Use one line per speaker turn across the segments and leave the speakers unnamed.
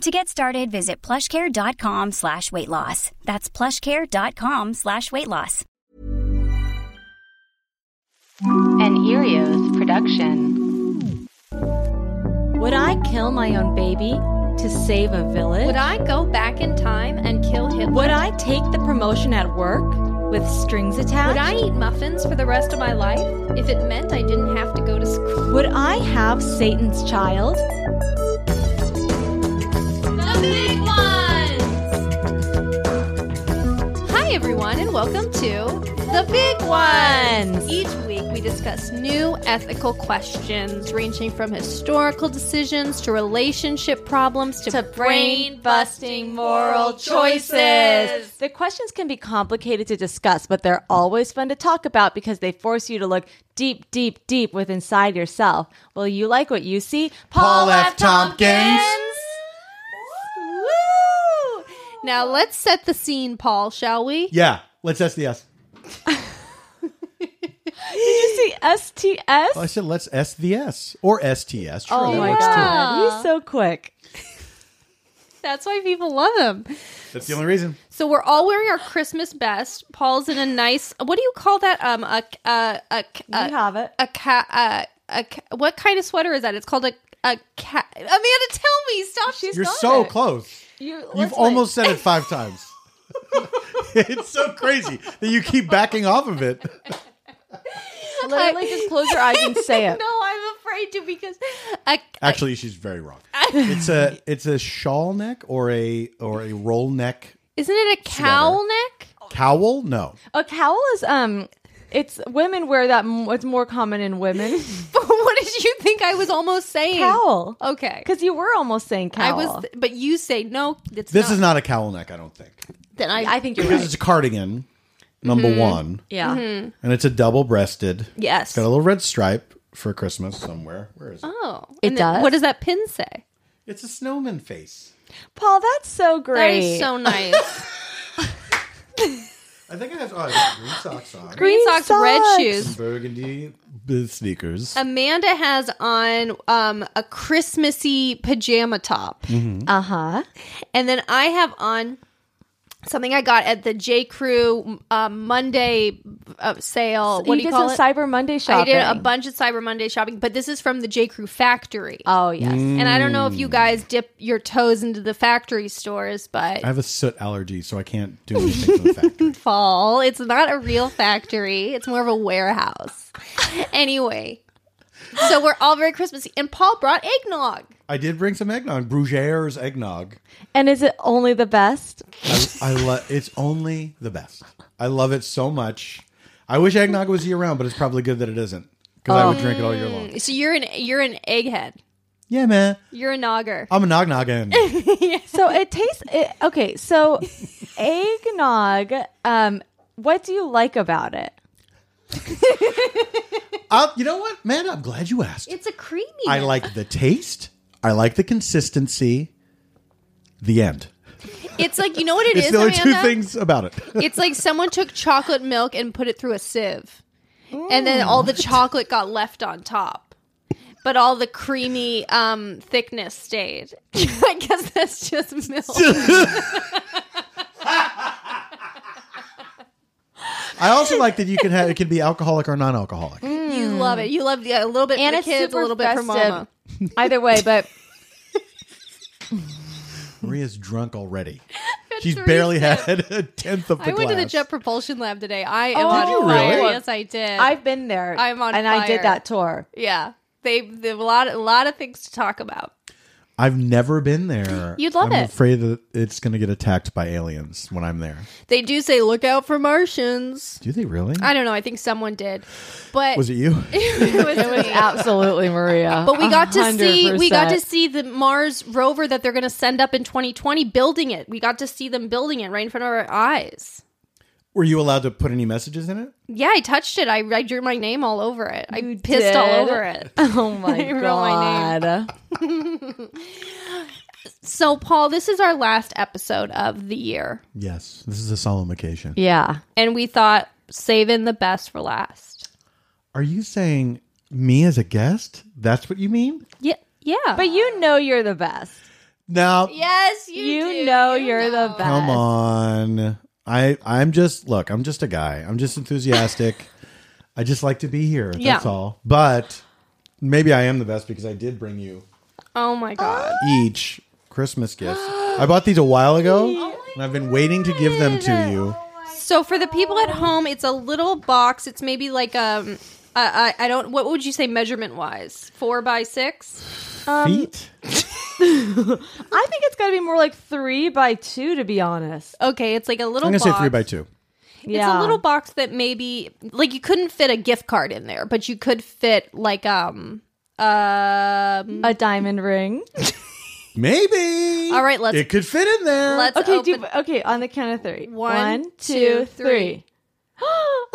To get started, visit plushcare.com slash weight loss. That's plushcare.com slash weight loss.
An Erios production.
Would I kill my own baby to save a village?
Would I go back in time and kill Hitler?
Would I take the promotion at work with strings attached?
Would I eat muffins for the rest of my life if it meant I didn't have to go to school?
Would I have Satan's child?
The big ones! Hi, everyone, and welcome to The Big Ones! Each week, we discuss new ethical questions ranging from historical decisions to relationship problems to,
The questions can be complicated to discuss, but they're always fun to talk about because they force you to look deep, deep, deep within inside yourself. Will you like what you see?
Paul F. Tompkins.
Woo! Now, let's set the scene, Paul, shall we?
Yeah, let's SDS.
Did you see STS?
Well, I said let's S the S or STS. Sure,
Oh
that
my
works too.
god, he's so quick.
That's why people love him.
That's the only reason.
So we're all wearing our Christmas best. Paul's in a nice. What do you call that? Um, a a a
Uh,
you
a
have it.
a, ca- a, a ca- What kind of sweater is that? It's called a a cat. Amanda, tell me. Stop. She's
You're
got
so
it.
close.
You,
You've almost said it five times. it's so crazy that you keep backing off of it.
literally just close your eyes and say it.
no, I'm afraid to because a,
Actually, she's very wrong. It's a it's a shawl neck or a or a roll neck
isn't it a cowl neck?
cowl. No,
A cowl is um, it's women wear that. m- It's more common in women.
what did you think I was almost saying?
cowl.
Okay.
Because you were almost saying
I
cowl.
was, but you say no. It's
this is not a cowl neck. I don't think
Then
I think you're
because
right.
it's a cardigan. Number
Mm-hmm.
one,
Yeah.
and it's a double breasted.
yes.
Got a little red stripe for Christmas somewhere. Where is it?
Oh,
It
And then
does?
What does that pin say?
It's a snowman face.
Paul, that's so
That
great.
is so nice.
I think it has oh, I have green socks on.
Green
Green
socks, red
socks.
shoes.
Burgundy b- sneakers.
Amanda has on um, a Christmassy pajama top,
uh huh.
and then I have on something I got at the J Crew um, Monday uh, sale. what do you
did
call
some
it?
Cyber Monday
I
shopping.
did a bunch of Cyber Monday shopping, but this is from the J Crew factory.
Oh yes.
Mm.
and I don't know if you guys dip your toes into the factory stores, but
I have a soot allergy, so I can't do anything from the factory.
fall, it's not a real factory. It's more of a warehouse. anyway, so we're all very Christmassy, and Paul brought eggnog.
I did bring some eggnog, Brugiers eggnog.
And is it only the best?
I, I lo- it's only the best. I love it so much. I wish eggnog was year round, but it's probably good that it isn't because I would drink it all year long.
So you're an you're an egghead.
Yeah, man,
You're a nogger.
I'm a nog noggin.
So it tastes. It, okay. So eggnog. Um, what do you like about it?
I'll- you know what, man? I'm glad you asked.
It's a creamy.
I like the taste. I like the consistency. The end.
It's like you know what it
It's
is,
the only two
Amanda?
things about it.
It's like someone took chocolate milk and put it through a sieve, and then all the chocolate got left on top, but all the creamy um, thickness stayed. I guess that's just milk.
I also like that you can have it can be alcoholic or non-alcoholic.
You love it. You love the, a little bit
And
for the
it's
kids, a
super
little bit for
festive.
mama.
Either way, but
Maria's drunk already. She's
three
barely had a tenth of the
I went to the
glass.
jet propulsion lab today. I am
Oh,
on
Did you
fire.
really?
Yes, I did.
I've been there.
I'm on
and I
fire.
did that tour.
yeah, they they have a lot a lot of things to talk about.
I've never been there.
You'd love it.
I'm afraid that it's going to get attacked by aliens when I'm there.
They do say look out for Martians.
Do they really?
I don't know. I think someone did, but
Was it you?
it was me.
Absolutely, Maria.
But we got to see we got to see the Mars rover that they're going to send up in 2020 building it. We got to see them building it right in front of our eyes.
Were you allowed to put any messages in it?
Yeah, I touched it. I, I drew my name all over it. I pissed all
did?
over it.
Oh my
I wrote my
god.
So, Paul, this is our last episode of the year,
Yes. This is a solemn occasion.
Yeah.
and we thought saving the best for last.
Are you saying me as a guest? That's what you mean?
Yeah, yeah.
But you know you're the best.
Now,
yes, you,
You,
do.
know you're the best.
come on. I I'm just look, I'm just a guy. I'm just enthusiastic. I just like to be here.
Yeah.
That's all. But maybe I am the best because I did bring you
Oh my god.
each Christmas gifts. I bought these a while ago,
Oh
and I've been waiting to give them to you.
So for the people at home, it's a little box. It's maybe like um, I I I don't. What would you say measurement wise? Four by six.
Feet?
I think it's got to be more like three by two, to be honest.
Okay, it's like a little.
I'm gonna say
box.
three by two.
Yeah.
It's a little box that maybe like you couldn't fit a gift card in there, but you could fit like um um.
a diamond ring.
Maybe.
All right, let's-
It could fit in there.
Let's
Okay,
open.
do, okay, on the count of three.
One,
One,
two,
two,
three.
three. oh,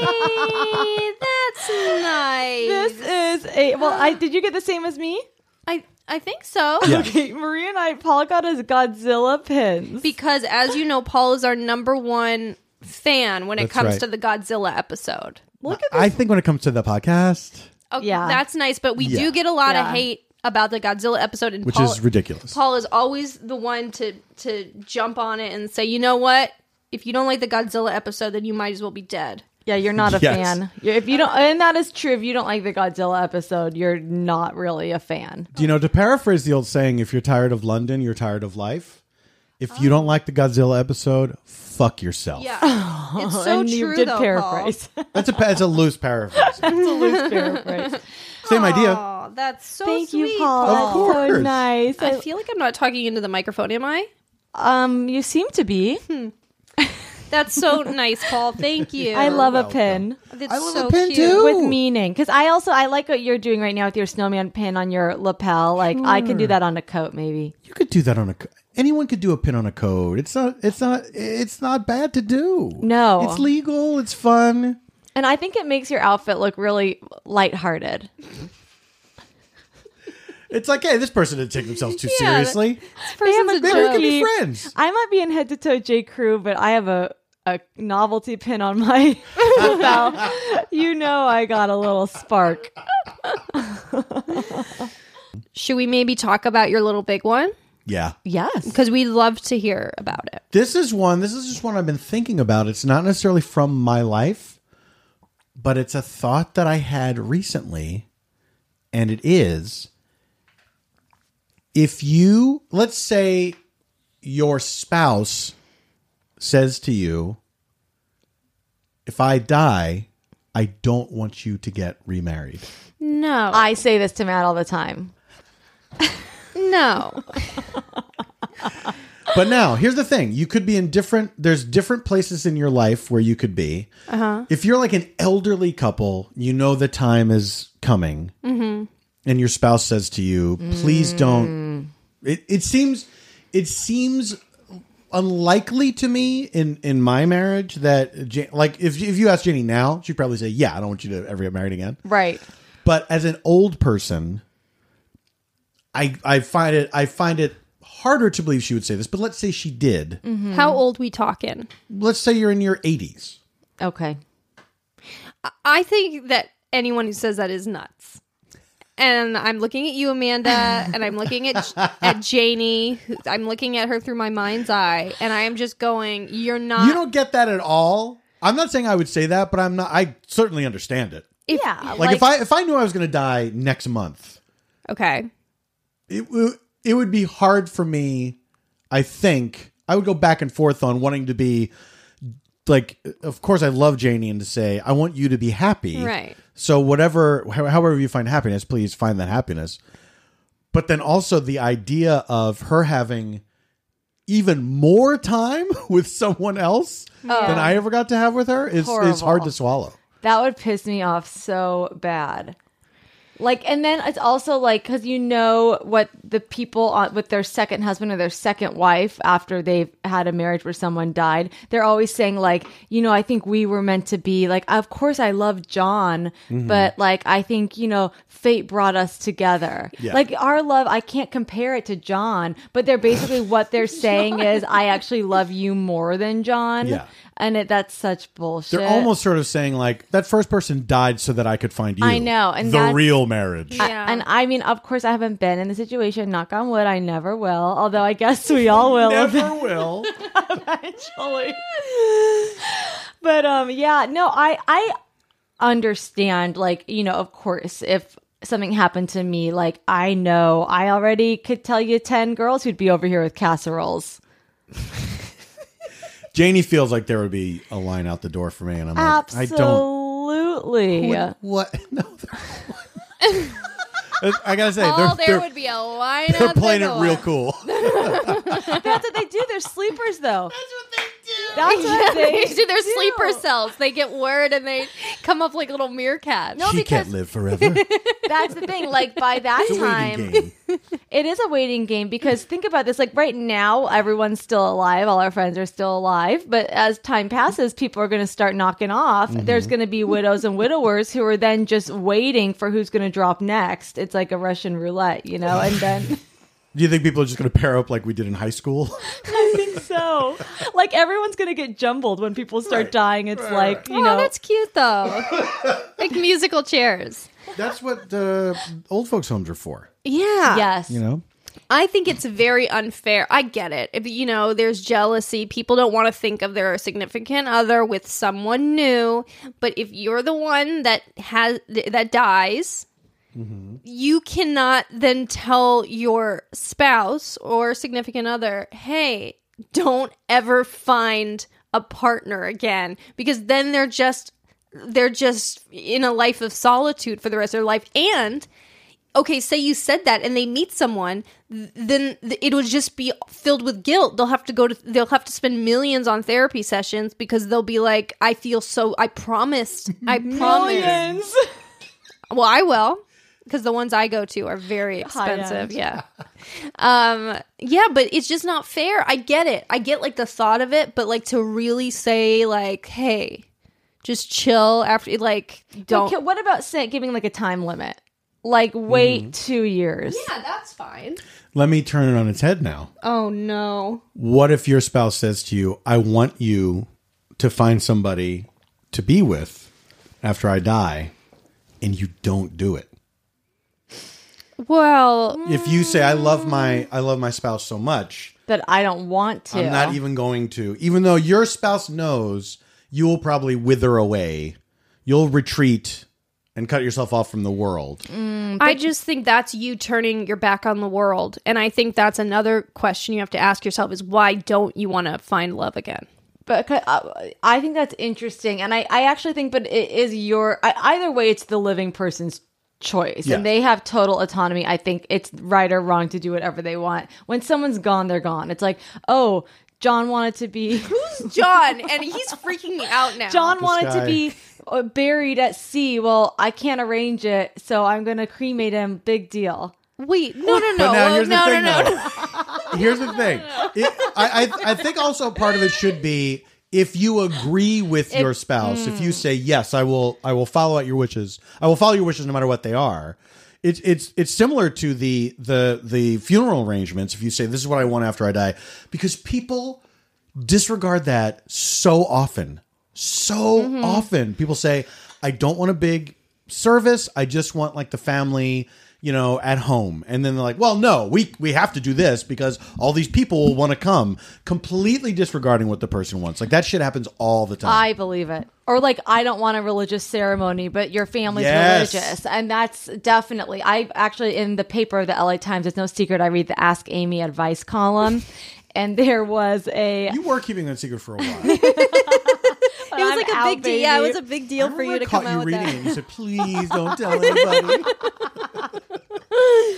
Hey, that's nice.
This is a well. I did you get the same as me?
I I think so.
Yeah.
Okay, Maria and I. Paul got his Godzilla pins.
Because as you know, Paul is our number one fan when it
That's
comes
right.
to the Godzilla episode.
Look at this.
I think when it comes to the podcast,
Okay,
Yeah.
Oh, that's nice, but we
Yeah.
do get a lot of
Yeah.
hate about the Godzilla episode, and
which
Paul,
is ridiculous.
Paul is always the one to to jump on it and say, you know what? If you don't like the Godzilla episode, then you might as well be dead.
yeah, you're not a
Yes.
fan. You're, if you don't, and that is true. If you don't like the Godzilla episode, you're not really a fan.
you know, to paraphrase the old saying, if you're tired of London, you're tired of life. If you don't like the Godzilla episode, fuck yourself.
Yeah, it's so
and
true.
you did
though,
paraphrase.
That's a that's a loose paraphrase.
it's a loose paraphrase.
Same idea.
Paul. Oh, that's so
Thank
sweet.
you, Paul.
Of
That's so
course.
nice.
I feel like I'm not talking into the microphone, am I?
um, you seem to be.
That's so nice, Paul. Thank you.
I love a pin.
welcome.
That's
I love
so
a pin
cute.
too.
with
Ooh.
meaning because i also i like what you're doing right now with your snowman pin on your lapel like i could do that on a coat maybe
You could do that on a co- anyone could do a pin on a code. It's not it's not it's not bad to do.
No.
It's legal, it's fun.
and i think it makes your outfit look really lighthearted
It's like, hey, this person didn't take themselves too
Yeah,
seriously.
they have
person's
a
a
Maybe we could be
goatee.
friends.
i might be in head to toe j crew but i have a a novelty pin on my lapel you know i got a little spark
Should we maybe talk about your little big one?
Yeah.
yes
Because we love to hear about it.
This is one, this is just one I've been thinking about. It's not necessarily from my life, but it's a thought that I had recently, and it is if you, let's say your spouse says to you, if I die, I don't want you to get remarried.
No,
i say this to matt all the time
no.
But now, here's the thing: you could be in different. There's different places in your life where you could be. If you're like an elderly couple, you know the time is coming, and your spouse says to you, "Please don't." It, it seems, it seems unlikely to me in in my marriage that Ja- like if if you ask Jenny now, she'd probably say, "Yeah, I don't want you to ever get married again."
right
but as an old person i i find it i find it harder to believe she would say this but let's say she did
How old we talking?
let's say you're in your 80s
okay
I think that anyone who says that is nuts. And I'm looking at you, Amanda, and I'm looking at at Janie. who- I'm looking at her through my mind's eye, and I am just going, "You're not."
you don't get that at all i'm not saying i would say that but i'm not i certainly understand it
if-
yeah
like, if i if i knew i was going to die next month
Okay.
it w- it would be hard for me i think i would go back and forth on wanting to be like of course i love janie and to say i want you to be happy
Right.
So whatever, how- however you find happiness, please find that happiness. But then also the idea of her having even more time with someone else than I ever got to have with her is is hard to swallow.
that would piss me off so bad Like, and then it's also like because you know what the people on, with their second husband or their second wife after they've had a marriage where someone died, they're always saying like, you know, I think we were meant to be like. Of course, I love John,
Mm-hmm.
but like, I think you know, fate brought us together.
Yeah.
Like our love, I can't compare it to John, but they're basically what they're saying is, I actually love you more than John.
Yeah.
And it, that's such bullshit.
They're almost sort of saying like that first person died so that I could find you.
I know, and
the
that's-
real marriage.
I-
Yeah.
and I mean, of course, I haven't been in the situation. Knock on wood, I never will. Although I guess we all will
Never will.
eventually. but um, yeah, no, I I understand. Like you know, of course, if something happened to me, like I know I already could tell you ten girls who'd be over here with casseroles.
Janie feels like there would be a line out the door for me, and I'm like, I don't.
Absolutely.
What? No. there- I gotta say,
All
they're,
Oh, there
they're,
would be a line.
they're
out the
playing it
door.
real cool.
That's what they do. They're sleepers, though. That's what they do.
Yeah,
That's what
they
they
do. They're sleeper
do.
cells. They get word and they come up like little meerkats.
No,
she can't
because-
live forever. It's
That's the thing. Like by that
a
time,
waiting game.
It is a waiting game because think about this. Like right now, everyone's still alive. All our friends are still alive. But as time passes, people are going to start knocking off.
Mm-hmm.
There's going to be widows and widowers who are then just waiting for who's going to drop next. It's like a Russian roulette, you know? And then.
Do you think people are just gonna pair up like we did in high school?
so, like, everyone's going to get jumbled when people start dying. It's like, you
oh,
know.
that's cute though. like musical chairs.
That's what uh, old folks' homes are for.
Yeah.
yes.
You know.
I think it's very unfair. I get it. If, you know, there's jealousy. People don't want to think of their significant other with someone new. But if you're the one that has that dies, you cannot then tell your spouse or significant other, "Hey, don't ever find a partner again," because then they're just they're just in a life of solitude for the rest of their life and okay, say you said that and they meet someone, th- then th- it would just be filled with guilt. They'll have to go to, they'll have to spend millions on therapy sessions because they'll be like, I feel so, I promised, I promised.
Millions.
Well, I will because the ones I go to are very expensive.
end.
Yeah. um, yeah, but it's just not fair. I get it. I get like the thought of it, but like to really say, like, hey, just chill after, like, don't.
Okay, what about say, giving like a time limit? Like, wait
Mm-hmm.
two years.
Yeah, that's fine.
Let me turn it on its head now.
Oh, no.
What if your spouse says to you, "I want you to find somebody to be with after I die," and you don't do it?
Well,
If you say, "I love my I love my spouse so much,"
That I don't want to.
I'm not even going to, even though your spouse knows you will probably wither away, you'll retreat and cut yourself off from the world.
Mm,
I just think that's you turning your back on the world. And I think that's another question you have to ask yourself is why don't you want to find love again?
but uh, I think that's interesting, and I, I actually think, but it is your I, either way, it's the living person's choice,
Yeah.
and they have total autonomy. I think it's right or wrong to do whatever they want. When someone's gone, they're gone. It's like, oh, John wanted to be
John, and he's freaking me out now.
John wanted
guy.
to be uh, buried at sea. Well, I can't arrange it, so I'm going to cremate him. Big deal.
wait, no, no, no,
But now
no,
here's the
no,
thing,
no, no.
though. Here's the thing. It- I, I, I think also part of it should be if you agree with your spouse, if
Hmm.
you say yes, I will, I will follow out your wishes. I will follow your wishes no matter what they are. It's it's it's similar to the the the funeral arrangements. If you say this is what I want after I die, because people disregard that so often, so
Mm-hmm.
often. People say, I don't want a big service. I just want like the family, you know, at home. And then they're like, well, no, we, we have to do this because all these people will want to come, completely disregarding what the person wants. Like that shit happens all the time.
I believe it. Or like I don't want a religious ceremony, but your family's
Yes.
religious. And that's definitely I actually in the paper of the LA Times, it's no secret I read the Ask Amy advice column. And there was a
you were keeping that secret for a while.
It was
I'm
like a
out,
big deal. Yeah, it
baby.
was a big deal for
I
you to
caught
come out
you
with
reading
that.
it. You said, please don't tell anybody.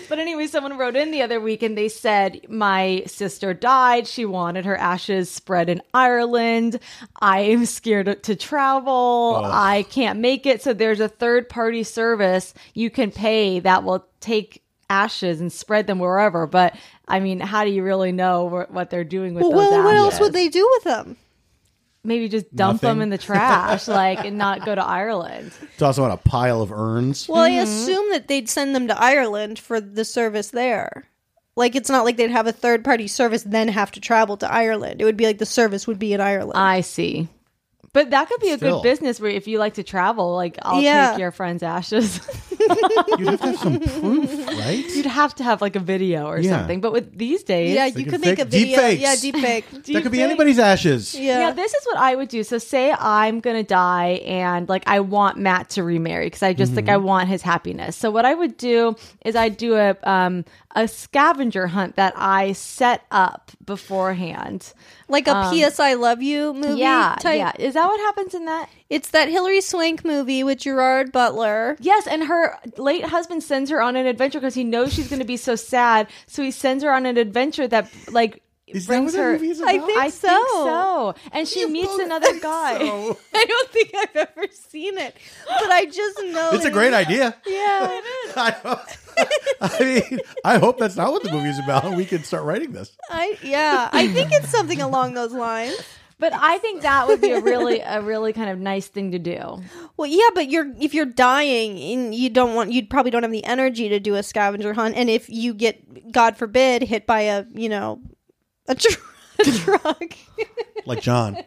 But anyway, someone wrote in the other week and they said, My sister died. She wanted her ashes spread in Ireland. I am scared to travel. I can't make it. So there's a third party service you can pay that will take ashes and spread them wherever. But I mean, how do you really know wh- what they're doing with
Well,
those
well,
ashes?
what else would they do with them?
Maybe just dump them
Nothing.
in the trash, like, and not go to Ireland.
Toss them on a pile of urns.
Well, I assume that they'd send them to Ireland for the service there. Like it's not like they'd have a third party service then have to travel to Ireland. It would be like the service would be in Ireland.
I see. But that could be a
Still.
good business where if you like to travel, like I'll
Yeah.
take your friend's ashes.
You'd have to have some proof, right?
You'd have to have like a video or
Yeah.
something. But with these days, yeah,
yeah, you
can
could make
fake-
a video.
deepfakes.
Yeah, deep fake.
That could be anybody's ashes.
Yeah.
this is what I would do. So say I'm gonna die, and like I want Matt to remarry because I just like I want his happiness. So what I would do is I'd do a um a scavenger hunt that I set up beforehand.
like a PS I love you movie
yeah,
type.
yeah. Is that what happens in that?
It's that Hillary Swank movie with Gerard Butler.
Yes, and her late husband sends her on an adventure because he knows she's going to be so sad. So he sends her on an adventure that, like,
Is that
brings
what that
her.
movie is
I
about?
think
I
so.
think so. And she meets another guy.
I don't think I've ever seen it, but I just know
It's a
it.
great idea.
Yeah,
I, don't- I mean, I hope that's not what the movie is about. We could start writing this.
I yeah, I think it's something along those lines.
But I think that would be a really, a really kind of nice thing to do.
Well, yeah, but you're if you're dying and you don't want you probably don't have the energy to do a scavenger hunt, and if you get God forbid hit by a you know a, tr- a truck,
Like John.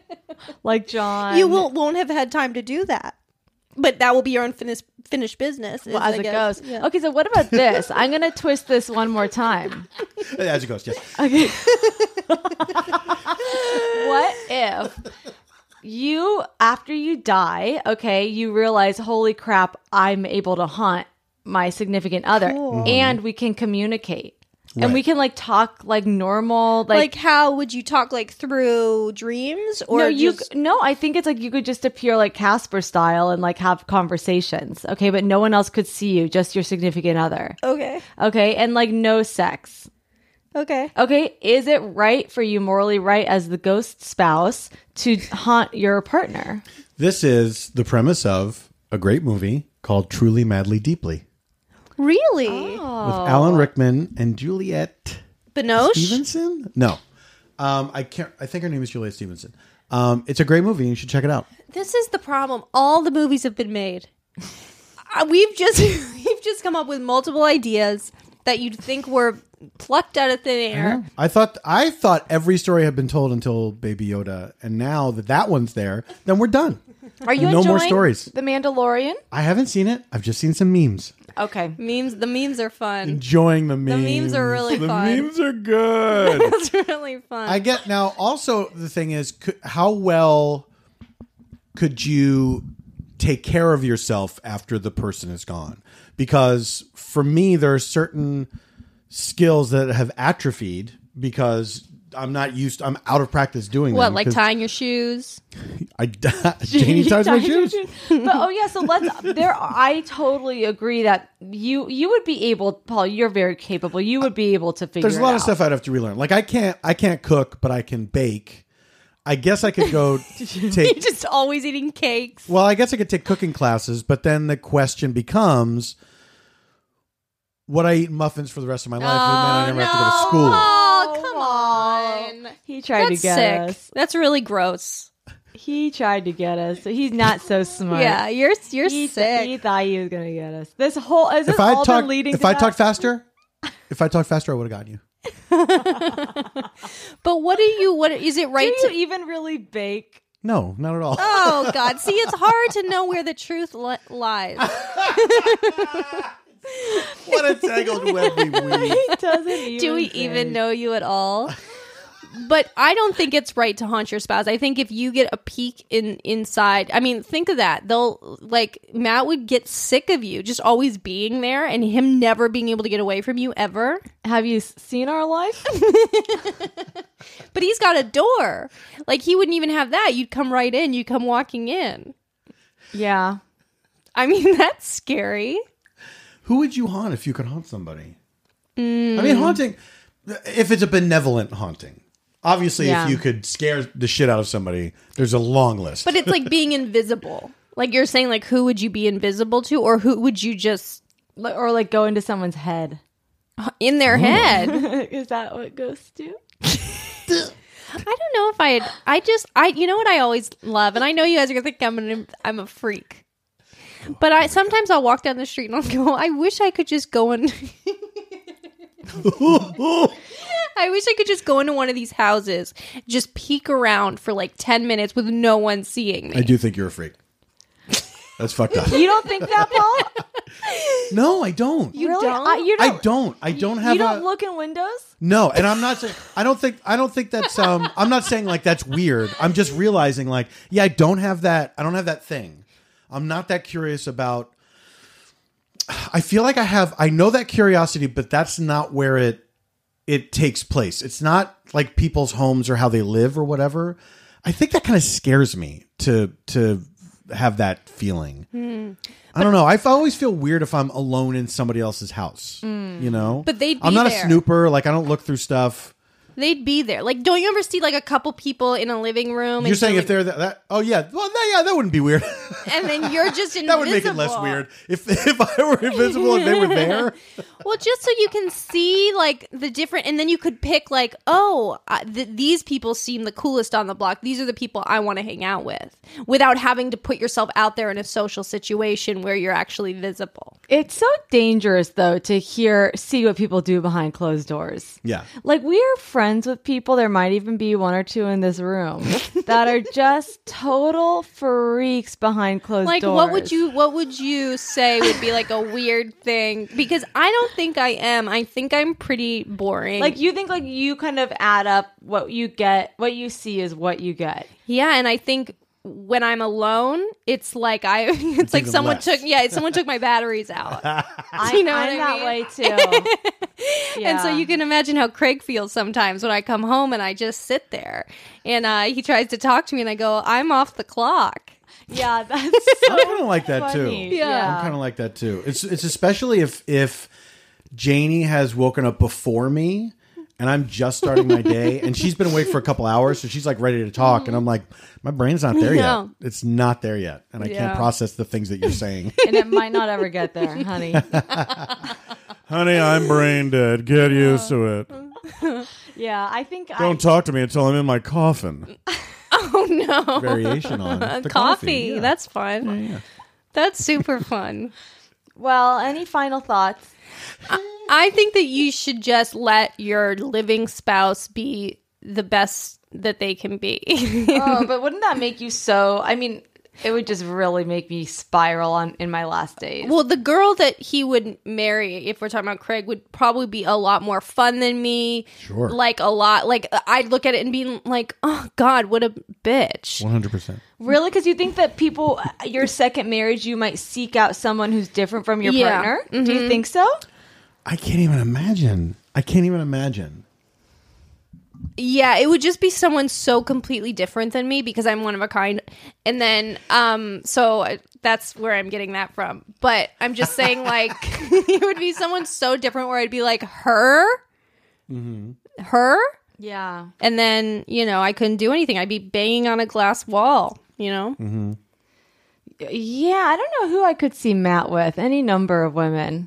Like John,
you will won't have had time to do that. But that will be your unfinished finished business
well,
is,
as
I
it
guess.
goes.
Yeah.
Okay, so what about this? I'm going to twist this one more time.
As it goes, yes.
Okay. what if you, after you die, okay, you realize, holy crap, I'm able to haunt my significant other and we can communicate and we
Right.
can like talk like normal,
Like,
like.
how would you talk like through dreams or
no, you
just-
c- no. I think it's like you could just appear like Casper style and like have conversations, okay? But no one else could see you, just your significant other,
okay
okay? And like no sex,
okay
Okay, is it right for you, morally right, as the ghost spouse, to haunt your partner?
This is the premise of a great movie called Truly Madly Deeply
really
with Alan Rickman and Juliet
Binoche
Stevenson. No, um, I can't. I think her name is Juliet Stevenson. Um, it's a great movie. and You should check it out.
This is the problem. All the movies have been made. Uh, we've just we've just come up with multiple ideas that you'd think were plucked out of thin air.
I thought I thought every story had been told until Baby Yoda, and now that that one's there, then we're done.
Are you
No more
enjoying
stories.
The Mandalorian?
I haven't seen it. I've just seen some memes.
Okay.
Memes. The memes are fun.
Enjoying the memes.
memes are really
the
fun.
memes are good.
It's really fun.
Mm. I get now. Also, the thing is, could, how well could you take care of yourself after the person is gone? Because for me, there are certain skills that have atrophied because I'm not used. I'm out of practice doing
What,
them
like
'cause
tying your shoes?
I Janie ties my shoes.
but oh yeah, so let's there I totally agree that you you would be able, Paul, you're very capable. You would be able to figure
There's a
it
lot
out.
of stuff I'd have to relearn. Like I can't. I can't cook, but I can bake. I guess I could go take
just always eating cakes.
Well, I guess I could take cooking classes, but then the question becomes would I eat muffins for the rest of my life and then I never have to go to school?
Oh, come on.
He tried
That's
to get
sick.
us.
That's really gross.
He tried to get us. So he's not so smart.
Yeah, you're you're
He,
sick.
he thought he was gonna get us. This whole is this
If I
all
talked
been leading
if
to
I
that?
talked faster, if I talked faster I would have gotten you.
But what do you what is it
Do
right
you
to
even really bake?
No, not at all.
Oh god. See, it's hard to know where the truth li- lies.
what a tangled web we weave.
doesn't even
Do we
say.
even know you at all? But I don't think it's right to haunt your spouse. I think if you get a peek in inside, I mean, think of that. They'll like Matt would get sick of you just always being there and him never being able to get away from you ever.
Have you s- seen our life?
But he's got a door. Like he wouldn't even have that. You'd come right in. You'd come walking in.
yeah.
I mean, that's scary.
Who would you haunt if you could haunt somebody? I
Mm.
mean, haunting, if it's a benevolent haunting, obviously,
Yeah.
if you could scare the shit out of somebody, there's a long list.
But it's like being invisible. Like you're saying, like who would you be invisible to, or who would you just
Li- or like go into someone's head.
in their head? I
Is that what ghosts do?
don't know if I. would I just I. You know what I always love, and I know you guys are gonna think I'm an, I'm a freak. But I sometimes I'll walk down the street and I'll go. I wish I could just go in. I wish I could just go into one of these houses, just peek around for like ten minutes with no one seeing me.
I do think you're a freak. That's fucked up.
You don't think that, Paul?
no, I don't.
you really? I, you
I
don't.
don't. I don't have
you don't
a
look in windows.
no, and I'm not. saying I don't think. I don't think that's. Um, I'm not saying like that's weird. I'm just realizing like, yeah, I don't have that. I don't have that thing. I'm not that curious about. I feel like I have. I know that curiosity, but that's not where it it takes place. It's not like people's homes or how they live or whatever. I think that kind of scares me to to have that feeling.
Hmm.
I don't know. I f- always feel weird if I'm alone in somebody else's house. You know,
Hmm. But they'd
I'm
be
not
there.
a snooper. Like I don't look through stuff.
They'd be there. Like, don't you ever see like a couple people in a living room?
You're
and
saying
you're
if they're that, that? Oh yeah. Well, that, yeah, that wouldn't be weird.
like- and then you're just invisible.
that would make it less weird if if I were invisible and they were there.
Well, just so you can see like the different, and then you could pick like, oh, uh, th- these people seem the coolest on the block. These are the people I want to hang out with, without having to put yourself out there in a social situation where you're actually visible.
It's so dangerous though to hear see what people do behind closed doors.
Yeah.
Like we are friends with people. There might even be one or two in this room that are just total freaks behind closed
Like,
doors.
what would you what would you say would be like a weird thing? Because I don't think I am. I think I'm pretty boring.
like? You think like you kind of add up what you get, what you see is what you get.
Yeah, and I think when I'm alone, it's like I it's, like
even
someone
less.
took yeah, someone took my batteries out.
I,
You know
I'm
what I
that way too.
And so you can imagine how Craig feels sometimes when I come home and I just sit there and uh, he tries to talk to me and I go, "I'm off the clock."
yeah, that's
I'm kind of like that
funny.
too.
Yeah.
I'm kind of like that too. It's it's especially if if Janie has woken up before me and I'm just starting my day and she's been awake for a couple hours so she's like ready to talk and I'm like my brain's not there
No.
yet. It's not there yet and I can't
Yeah.
process the things that you're saying.
and it might not ever get there, honey.
Honey, I'm brain dead. Get used to it.
Yeah, I think I,
talk to me until I'm in my coffin.
Oh no.
Variation on the
coffee.
yeah.
That's fun. That's super fun.
Well, any final thoughts?
I think that you should just let your living spouse be the best that they can be.
oh, but wouldn't that make you so? I mean, it would just really make me spiral on in my last days.
Well, the girl that he would marry, if we're talking about Craig, would probably be a lot more fun than me.
Sure.
Like a lot. Like I'd look at it and be like, "Oh God, what a bitch."
100%.
really, because you think that people, your second marriage, you might seek out someone who's different from your
Yeah.
partner. Do you think so?
I can't even imagine. I can't even imagine.
Yeah, it would just be someone so completely different than me because I'm one of a kind. And then, um, so I- that's where I'm getting that from. But I'm just saying, like, it would be someone so different where I'd be like, her,
Mm-hmm.
her,
Yeah.
and then you know I couldn't do anything. I'd be banging on a glass wall. You know.
Mm-hmm. Yeah, I don't know who I could see Matt with. Any number of women.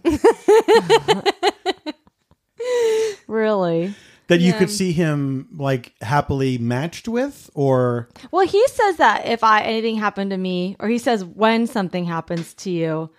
really?
that you could see him like happily matched with or
Well, he says that if I anything happened to me, or he says when something happens to you,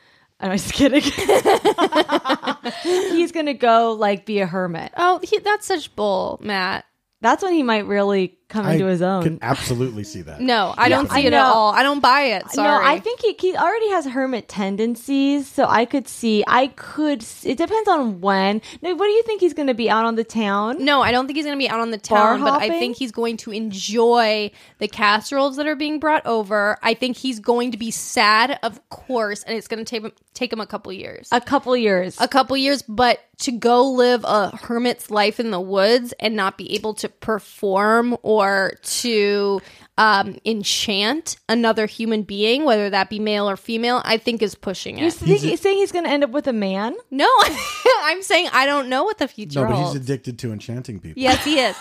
and I'm just kidding. He's gonna go like be a hermit.
Oh, he, that's such bull, Matt.
That's when he might really come into his own.
can absolutely see that
No, I don't see
I
it at
know.
all. I don't buy it. Sorry.
No, I think he, he already has hermit tendencies, so I could see. I could. s- It depends on when. No, what do you think he's going to be out on the town?
no, I don't think he's going to be out on the
Bar
town, but I
hopping?
think he's going to enjoy the casseroles that are being brought over. I think he's going to be sad, of course, and it's going to take him take him a couple years.
A couple years.
a couple years, but to go live a hermit's life in the woods and not be able to perform or to um, enchant another human being, whether that be male or female, I think is pushing
You're
it.
saying he's, saying he's going to end up with a man?
No, I'm saying I don't know what the future
No, but he's
holds.
addicted to enchanting people,
yes, he is.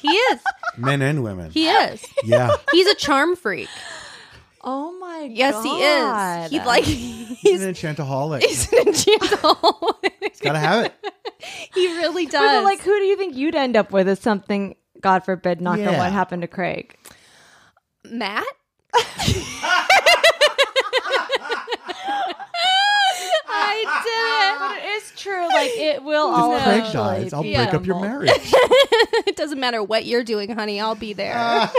He is.
men and women.
He is.
yeah,
He's a charm freak.
Oh my
Yes,
god.
he is. He like he's
he's an enchantaholic.
he's an enchantal.
Gotta have it.
he really
But, but,
does.
like who do you think you'd end up with if something God forbid not
Yeah.
on what happened to Craig?
Matt. I
But it is true like it will
If
all
Craig dies, I'll break up your marriage.
did it. It doesn't matter what you're doing, honey. I'll be there. no, I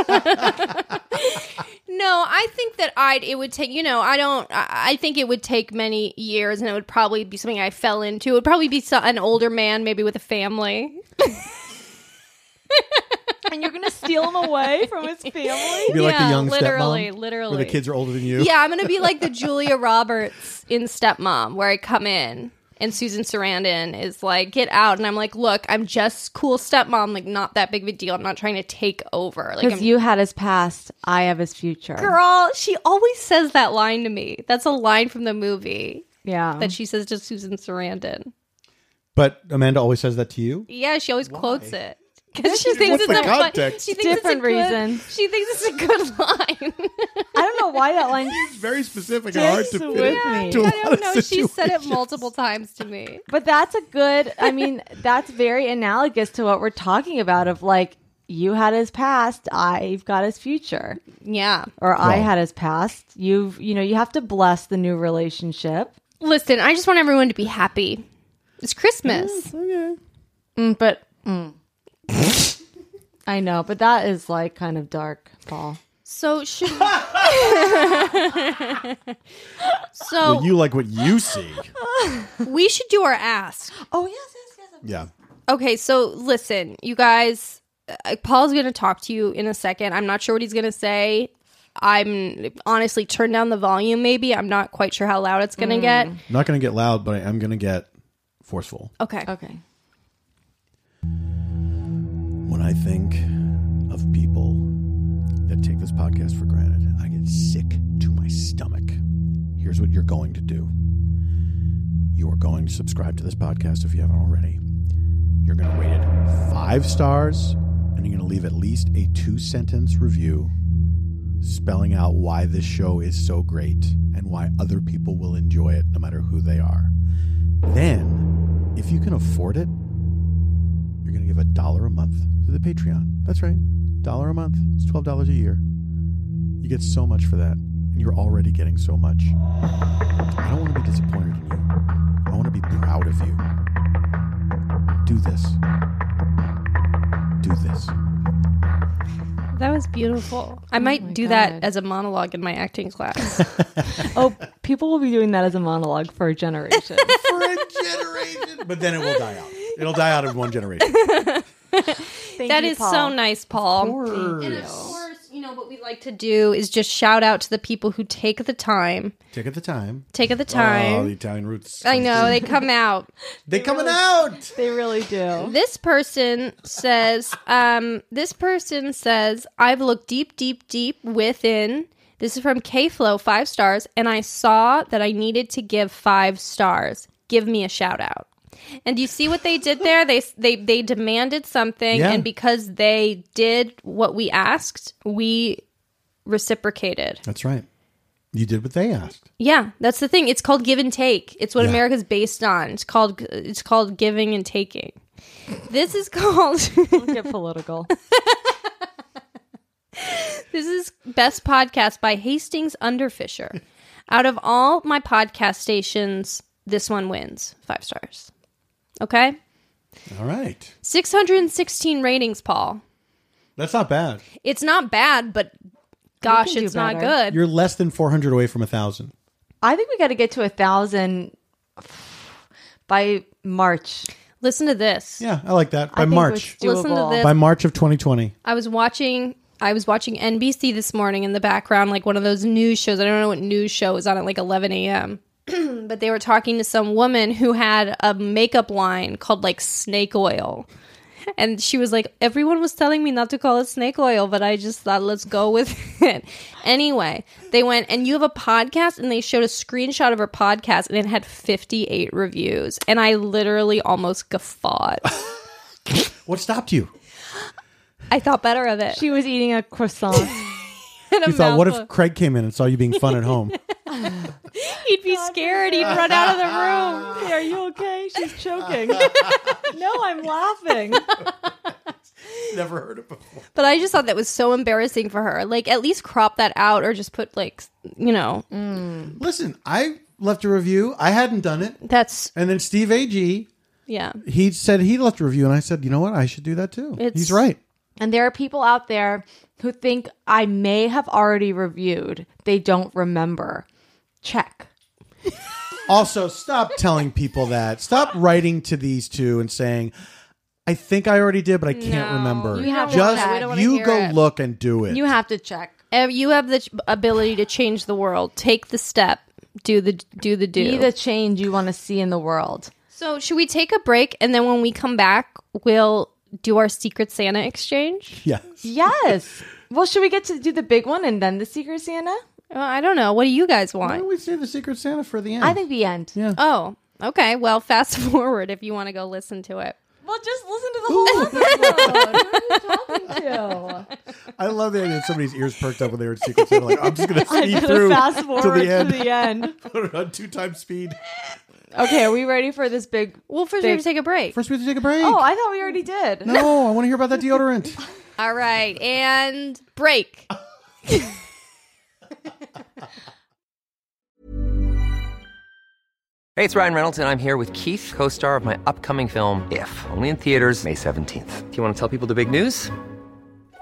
think that I'd. It would take. You know, I don't. I, I think it would take many years, and it would probably be something I fell into. It would probably be so, an older man, maybe with a family.
and you're gonna steal him away from his family?
Be like the
Yeah,
young
literally,
stepmom,
literally.
where the kids are older than you.
Yeah, I'm gonna be like the Julia Roberts in Stepmom, where I come in and Susan Sarandon is like, "Get out," and I'm like, "Look, I'm just cool stepmom, like not that big of a deal. I'm not trying to take over." Like,
Because
I'm,
you had his past, I have his future.
girl, she always says that line to me. That's a line from the movie
Yeah.
that she says to Susan Sarandon.
But Amanda always says that to you.
Yeah, she always quotes it. Because she thinks
What's
it's
the
a fun-
context?
she thinks
Different
it's a good,
reason.
She thinks it's a good line.
I don't know why that line
It's very specific and
hard to fit with me. to a
I don't know. She said it multiple times to me.
But that's a good, I mean, that's very analogous to what we're talking about of like, you had his past, I've got his future.
Yeah.
Or I
Well-
had his past. You've, you know, you have to bless the new relationship.
Listen, I just want everyone to be happy. It's Christmas.
Mm, but mm. I know, but that is like kind of dark, Paul.
So should So
Well, you like what you see.
we should do our ask.
Oh, yes, yes, yes.
Yeah.
Okay, so listen, you guys, uh, Paul's going to talk to you in a second. I'm not sure what he's going to say. I'm honestly turn down the volume maybe. I'm not quite sure how loud it's going to get.
I'm not going to get loud, but I am going to get forceful.
Okay.
Okay.
When I think of people that take this podcast for granted, I get sick to my stomach. Here's what you're going to do you are going to subscribe to this podcast if you haven't already. You're going to rate it five stars, and you're going to leave at least a two sentence review spelling out why this show is so great and why other people will enjoy it no matter who they are. Then, if you can afford it, you're going to give a dollar a month to the Patreon. That's right. Dollar a month. It's $12 a year. You get so much for that, and you're already getting so much. I don't want to be disappointed in you. I want to be proud of you. Do this. Do this.
That was beautiful. I might do
God.
that as a monologue in my acting class.
Oh, people will be doing that as a monologue for generations.
For a generation. But then it will die out. It'll die out in one generation.
That is so nice, Paul. And of course, you know what we like to do is just shout out to the people who take the time,
Take at the time.
take the
Oh, the
time.
Italian roots.
I know they come out.
They coming out.
They really do.
This person says, um, this person says, I've looked deep, deep, deep within. This is from KFlow, five stars, and I saw that I needed to give five stars. Give me a shout out. And do you see what they did there? They they they demanded something,
Yeah.
and because they did what we asked, we reciprocated.
That's right. You did what they asked.
Yeah, that's the thing. It's called give and take. It's what
Yeah.
America's based on. It's called it's called giving and taking. This is called
Get political.
this is best podcast by Hastings Underfisher. Out of all my podcast stations, this one wins. 5 stars. Okay?
All right.
616 ratings, Paul.
That's not bad.
It's not bad, but gosh,
can do
it's not
better.
good.
You're less than 400 away from a thousand.
I think we got to get to a thousand by March.
Listen to this.
Yeah, I like that. By
I think
March,
it's doable.
Listen to this.
by March of 2020.
I was watching I was watching NBC this morning in the background, like one of those news shows. I don't know what news show was on at like eleven AM. but they were talking to some woman who had a makeup line called like snake oil. and she was like, everyone was telling me not to call it snake oil, but I just thought let's go with it. Anyway, they went and you have a podcast, and they showed a screenshot of her podcast, and it had 58 reviews, and I literally almost guffawed.
What stopped you?
I thought better of it.
She was eating a croissant.
And a
You thought, what if
mouthful.
Craig came in and saw you being fun at home?
he'd be scared? He'd run out of the room.
Are you okay? She's choking. no, I'm laughing.
Never heard it before.
But I just thought that was so embarrassing for her. Like, at least crop that out, or just put like, you know,
Listen, I left a review. I hadn't done it.
that's
And then Steve AG,
yeah.
he said he left a review, and I said, you know what? I should do that too.
It's-
He's right.
And there are people out there who think I may have already reviewed. They don't remember. Check.
Also, stop telling people that. Stop writing to these two and saying, I think I already did, but I can't
No,
remember.
you have
to
Just
check. We don't
wanna
you
hear
go
it.
look and do it.
You have to check.
Uh, You have the ch- ability to change the world. Take the step. Do the do the do.
Be the change you want to see in the world.
so should we take a break and then when we come back, we'll do our Secret Santa exchange?
yeah.
Yes. well, should we get to do the big one and then the secret Santa?
Uh, I don't know. What do you guys
Why
want?
don't we say the Secret Santa for the end?
I think the end.
Yeah.
Oh, okay. Well, fast forward if you want to go listen to it.
Well, just listen to the whole episode. Who are you talking to?
I love the idea that somebody's ears perked up when they were Secret Santa. Like, I'm just going to speed through
fast
till
forward
the end.
to the end.
Put it on two times speed.
Okay, are we ready for this big?
Well, first we have to
Big-
take a break.
First, we have to take a break.
Oh, I thought we already did.
no, I want to hear about that deodorant.
All right, and break.
Hey, it's Ryan Reynolds, and I'm here with Keith, co star of my upcoming film, If, only in theaters, May 17th. Do you want to tell people the big news?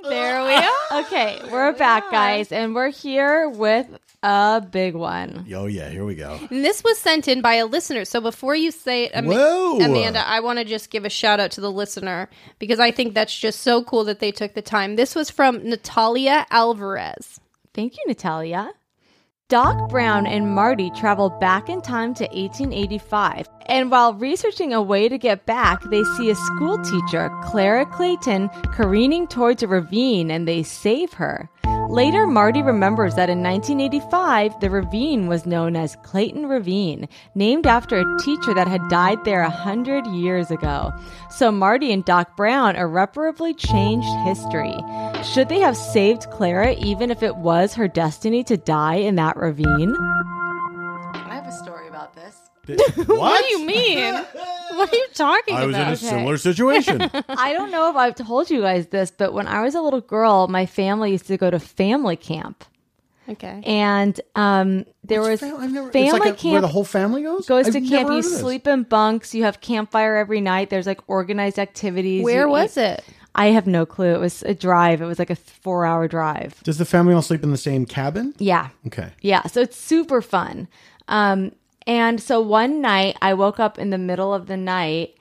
There we are.
Okay, we're back, guys, and we're here with a big one.
Oh, yeah, here we go.
And this was sent in by a listener. So before you say it, Ama-
Whoa.
Amanda, I want to just give a shout out to the listener because I think that's just so cool that they took the time. This was from Natalia Alvarez.
Thank you, Natalia. Doc Brown and Marty travel back in time to 1885, and while researching a way to get back, they see a school teacher, Clara Clayton, careening towards a ravine and they save her. Later, Marty remembers that in 1985, the ravine was known as Clayton Ravine, named after a teacher that had died there a hundred years ago. So Marty and Doc Brown irreparably changed history. Should they have saved Clara even if it was her destiny to die in that ravine? I have a story about this.
What?
What do you mean? what are you talking
I was in
about?
a similar situation.
I don't know if I've told you guys this, but when I was a little girl, my family used to go to family camp.
okay.
And um, there was
Fam- I've never-
family
it's like a-
camp
where the whole family goes.
goes
I've
to
never
camp.
heard
You
of this.
sleep in bunks. You have campfire every night. There's like organized activities.
Where
You
was
eat-
it?
I have no clue. It was a drive. It was like a four hour drive.
Does the family all sleep in the same cabin?
Yeah.
Okay.
Yeah, so it's super fun. Um, and so one night I woke up in the middle of the night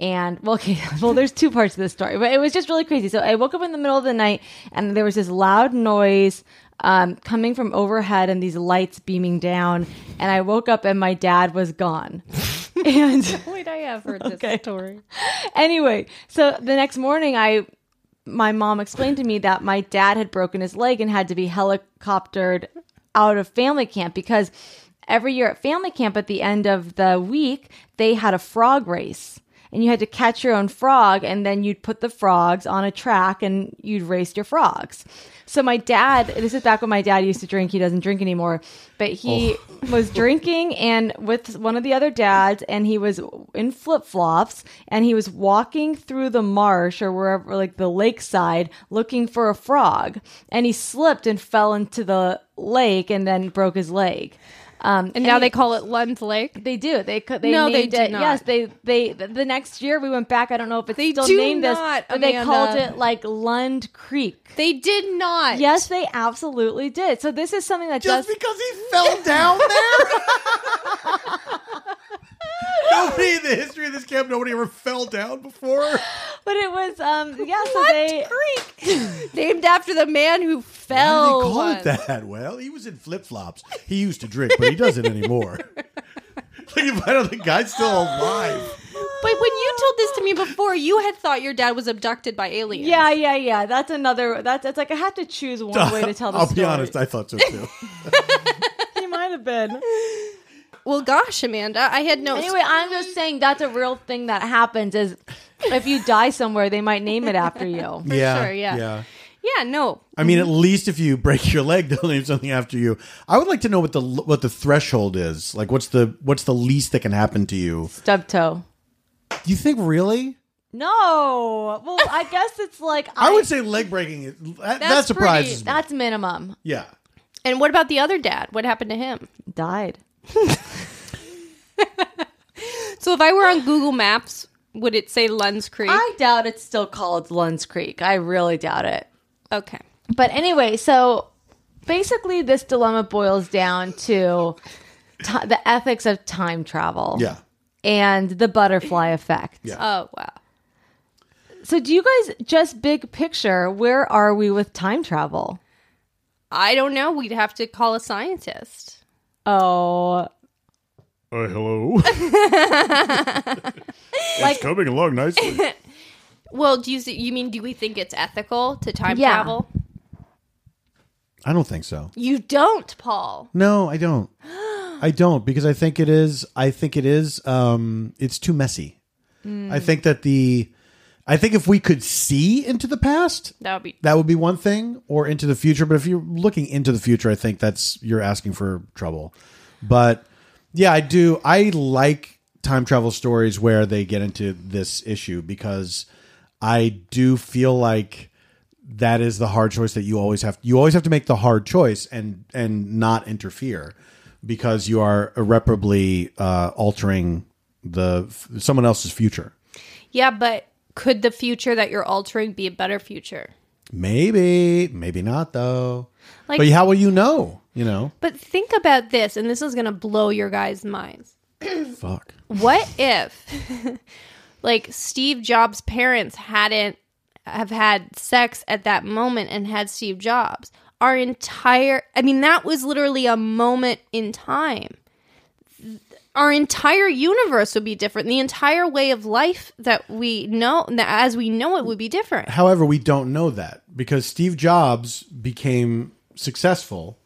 and well, okay, well, there's two parts of this story, but it was just really crazy. So I woke up in the middle of the night and there was this loud noise um, coming from overhead and these lights beaming down. And I woke up and my dad was gone. and
Wait, I have heard this story.
anyway, so the next morning, I my mom explained to me that my dad had broken his leg and had to be helicoptered out of family camp because every year at family camp at the end of the week they had a frog race and you had to catch your own frog and then you'd put the frogs on a track and you'd race your frogs so my dad this is back when my dad used to drink he doesn't drink anymore but he
Oh.
was drinking and with one of the other dads and he was in flip-flops and he was walking through the marsh or wherever like the lakeside looking for a frog and he slipped and fell into the lake and then broke his leg. Um,
And now they call it Lund Lake.
They do. They co- they
No, they
named
do
it.
not.
Yes, they they th- the next year we went back. I don't know if it's
They
still
do
named
not,
this, but they called
Amanda.
it like Lund Creek.
They did not.
Yes, they absolutely did. So this is something that
Just
does.
because he fell down there? nobody in the history of this camp, nobody ever fell down before.
But it was um yeah. So they
Creek, named after the man who
Why
fell.
did they call it that? Well, he was in flip flops. He used to drink, but he doesn't anymore. Like if I don't think guy's still alive.
But when you told this to me before, you had thought your dad was abducted by aliens.
yeah yeah yeah. That's another. That's that's like I have to choose one way to tell the
I'll
story.
be honest, I thought so too.
he might have been.
Well, gosh, Amanda, I had no.
Anyway, I'm just saying that's a real thing that happens. Is if you die somewhere, they might name it after you.
yeah,
sure, yeah. Yeah, no.
I mean, at least if you break your leg, they'll name something after you. I would like to know what the what the threshold is. Like, what's the what's the least that can happen to you?
Stub toe.
You think really?
No. Well, I guess it's like
I, would say leg breaking. Is, that, that surprises me.
That's minimum.
Yeah.
And what about the other dad? What happened to him?
Died.
So if I were on Google Maps, would it say Lund's Creek?
I doubt it's still called Lund's Creek. I really doubt it.
okay.
But anyway, so basically, this dilemma boils down to ti the ethics of time travel
Yeah.
and the butterfly effect.
Yeah.
Oh, wow.
So, do you guys just big picture, where are we with time travel?
I don't know. We'd have to call a scientist.
Oh,
Uh, hello. it's coming along nicely.
Well, do you see, you mean do we think it's ethical to time
Yeah.
travel?
I don't think so.
You don't, Paul.
No, I don't. I don't because I think it is. I think it is. Um, it's too messy. I think that the. I think if we could see into the past,
That would be
that would be one thing, or into the future. But if you're looking into the future, I think that's you're asking for trouble. But yeah, I do. I like time travel stories where they get into this issue because I do feel like that is the hard choice that you always have. You always have to make the hard choice and and not interfere because you are irreparably uh, altering the someone else's future.
Yeah, but could the future that you're altering be a better future?
Maybe, maybe not though.
Like-
but how will you know? You know,
But think about this, and this is going to blow your guys' minds.
fuck.
What if, like, Steve Jobs' parents hadn't have had sex at that moment and had Steve Jobs? Our entire, I mean, that was literally a moment in time. Our entire universe would be different. The entire way of life that we know, that as we know it, would be different.
However, we don't know that because Steve Jobs became successful.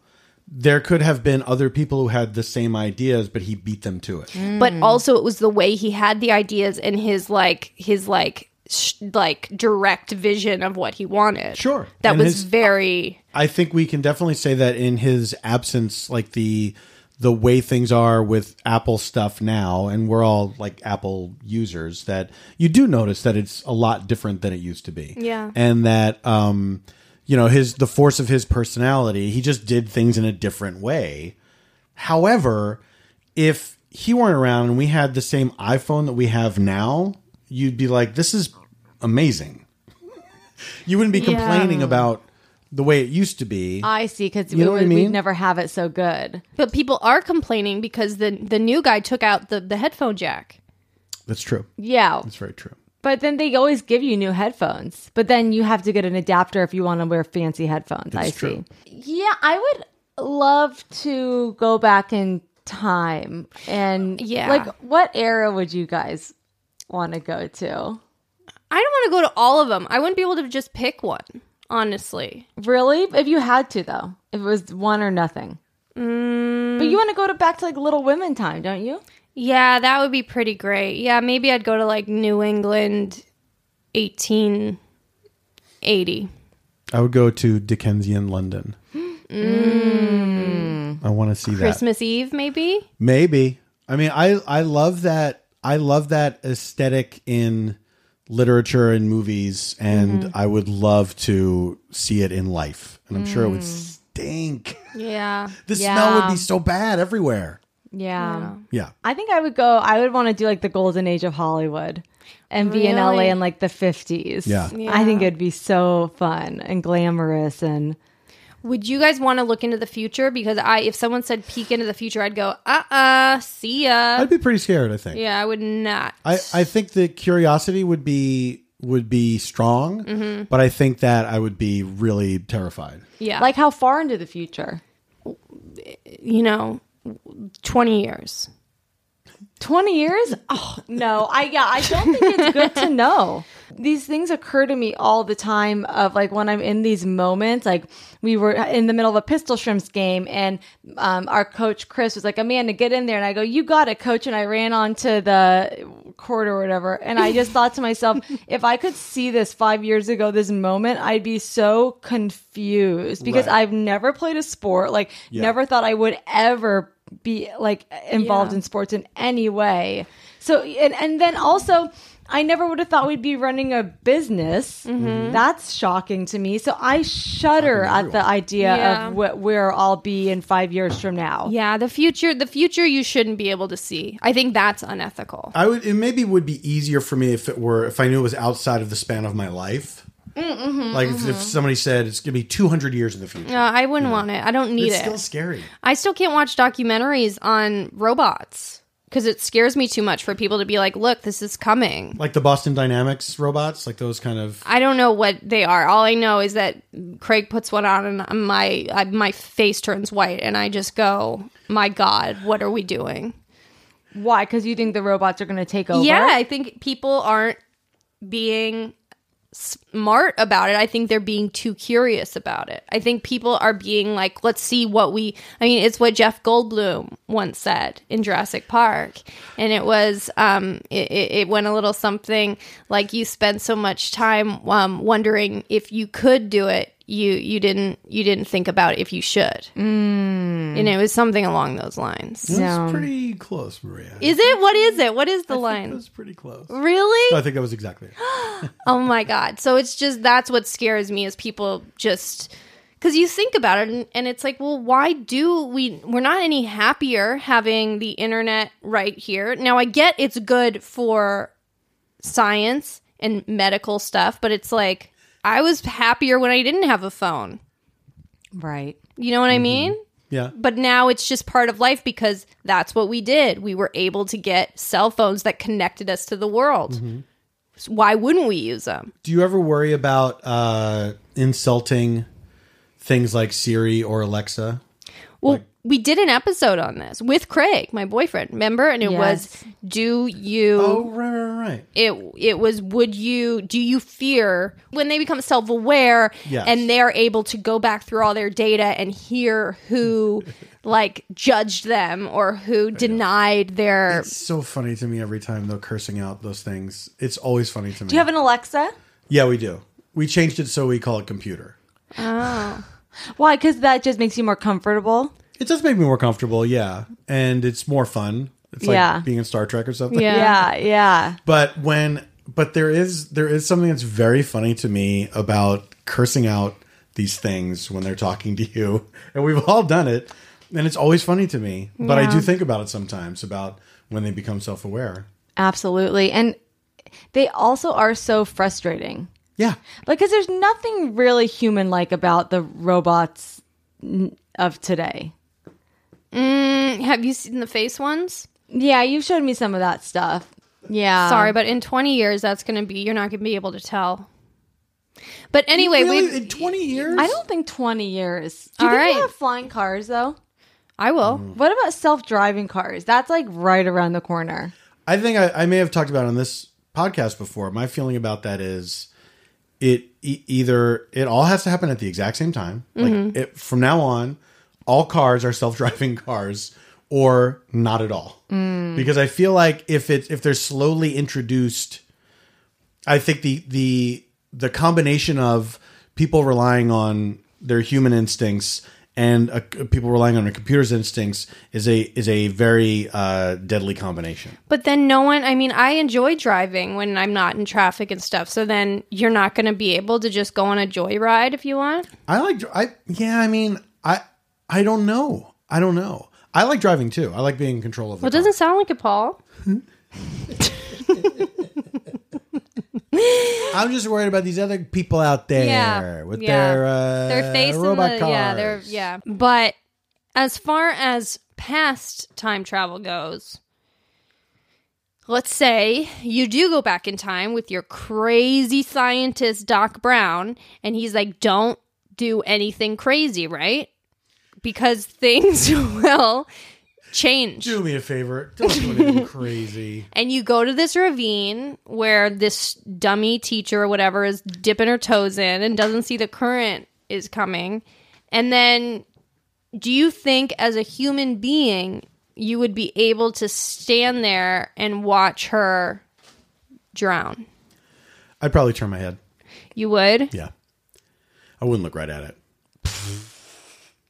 There could have been other people who had the same ideas, but he beat them to it.
but also it was the way he had the ideas and his like his like sh- like direct vision of what he wanted.
Sure.
that
And
was
his-
very
I think we can definitely say that in his absence, like the the way things are with Apple stuff now, and we're all like Apple users, that you do notice that it's a lot different than it used to be.
Yeah.
and that um, you know his the force of his personality, he just did things in a different way. However, if he weren't around and we had the same iPhone that we have now, you'd be like, "This is amazing." You wouldn't be complaining about the way it used to be.
I see, because
know
we
what I
would we'd
mean?
never have it so good.
but people are complaining because the the new guy took out the the headphone jack.
That's true.
Yeah.
That's very true.
But then they always give you new headphones. But then you have to get an adapter if you want to wear fancy headphones. I see.
true.
Yeah, I would love to go back in time and
Yeah.
Like, what era would you guys want to go to?
I don't want to go to all of them. I wouldn't be able to just pick one, honestly.
Really, if you had to though, if it was one or nothing. But you want to go to back to like Little Women time, don't you?
Yeah, that would be pretty great. Yeah, maybe I'd go to like New England, eighteen eighty.
I would go to Dickensian London. I want to see that.
Christmas Eve, maybe.
Maybe. I mean, I I love that. I love that aesthetic in literature and movies, and I would love to see it in life. And I'm sure it would stink.
Yeah.
The
Yeah.
smell would be so bad everywhere. Um,
Yeah.
Yeah.
I think I would go, I would want to do like the golden age of Hollywood and be in LA
Really?
in like the 50s.
Yeah.
I think it'd be so fun and glamorous. And
Would you guys want to look into the future? Because I, if someone said peek into the future, I'd go, uh, uh see ya.
I'd be pretty scared, I think.
yeah, I would not.
I, I think the curiosity would be would be strong, but I think that I would be really terrified.
yeah,
like how far into the future?
you know, twenty years.
20 years? Oh, no. I yeah, I don't think it's good to know. These things occur to me all the time of like when I'm in these moments, like we were in the middle of a pistol shrimps game and um, our coach Chris was like, Amanda, get in there. And I go, you got it coach. And I ran onto the court or whatever. And I just thought to myself, if I could see this five years ago, this moment, I'd be so confused because
Right.
I've never played a sport, like never thought I would ever be like involved in sports in any way. So and and then also I never would have thought we'd be running a business.
Mm-hmm.
That's shocking to me. So I shudder at the idea
Yeah.
of what where I'll be in 5 years from now.
Yeah, the future, the future, you shouldn't be able to see. I think that's unethical. Uh,
I would it maybe would be easier for me if it were if I knew it was outside of the span of my life. like if, if somebody said it's gonna be two hundred years in the future.
Uh, I wouldn't want it. I don't need
it's
it.
still scary.
I still can't watch documentaries on robots because it scares me too much for people to be like, look, this is coming.
Like the Boston Dynamics robots, like those kind of
I don't know what they are. All I know is that Craig puts one on, and my I, my face turns white, and I just go, "My God, what are we doing?"
Why? Cuz you think the robots are going to take over?
Yeah, I think people aren't being smart about it. I think they're being too curious about it. I think people are being like, "Let's see what we." I mean, it's what Jeff Goldblum once said in Jurassic Park, and it was um, it, it it went a little something like, "You spent so much time um, wondering if you could do it." You you didn't you didn't think about if you should, and it was something along those lines.
That's
No.
pretty close, Maria.
Is it what is it? What is the line?
That's pretty close.
Really?
I think that was exactly it.
Oh my god. So it's just that's what scares me is people just cuz you think about it and, and it's like, well, why do we we're not any happier having the internet right here. Now I get it's good for science and medical stuff, but it's like I was happier when I didn't have a phone.
Right.
You know what I mean?
Yeah.
But now it's just part of life because that's what we did. We were able to get cell phones that connected us to the world. So why wouldn't we use them?
Do you ever worry about uh, insulting things like Siri or Alexa?
Well, we did an episode on this with Craig, my boyfriend, remember? And it
Yes.
was do you
Oh, right, right, right.
it it was would you do you fear when they become self-aware
Yes.
and they're able to go back through all their data and hear who like judged them or who denied their
It's so funny to me every time they're cursing out those things. It's always funny to me.
Do you have an Alexa?
yeah, we do. We changed it so we call it computer.
Why? Cuz that just makes you more comfortable.
It does make me more comfortable, yeah. And it's more fun. It's like
Yeah.
being in Star Trek or something.
Yeah, yeah.
But when but there is there is something that's very funny to me about cursing out these things when they're talking to you. And we've all done it. And it's always funny to me. But I do think about it sometimes about when they become self aware.
Absolutely. And they also are so frustrating.
Yeah.
Because there's nothing really human like about the robots n- of today.
Mm, Have you seen the face ones?
Yeah, you've showed me some of that stuff. Yeah.
Sorry, but in 20 years, that's going to be, you're not going to be able to tell. But anyway,
Really?
we
in twenty years?
I don't think 20 years. Do you
All
think
right.
we'll have flying cars, though?
I will.
What about self driving cars? That's like right around the corner.
I think I, I may have talked about it on this podcast before. My feeling about that is it e- either it all has to happen at the exact same time. Like it, from now on, all cars are self-driving cars or not at all. Because I feel like if it if they're slowly introduced I think the the the combination of people relying on their human instincts and uh, people relying on their computer's instincts is a is a very uh, deadly combination.
But then no one, I mean, I enjoy driving when I'm not in traffic and stuff. So then you're not going to be able to just go on a joyride if you want.
I like I yeah, I mean, I I don't know. I don't know. I like driving too. I like being in control of the
Well, it doesn't sound like it, Paul.
car. I'm just worried about these other people out there
Yeah,
with
yeah.
their uh,
their face in
robot
the,
cars.
yeah they're yeah but as far as past time travel goes let's say you do go back in time with your crazy scientist doc brown and he's like don't do anything crazy right because things will change
Do me a favor. Don't do anything crazy.
and you go to this ravine where this dummy teacher or whatever is dipping her toes in and doesn't see the current is coming. And then do you think as a human being you would be able to stand there and watch her drown?
I'd probably turn my head.
You would?
Yeah. I wouldn't look right at it.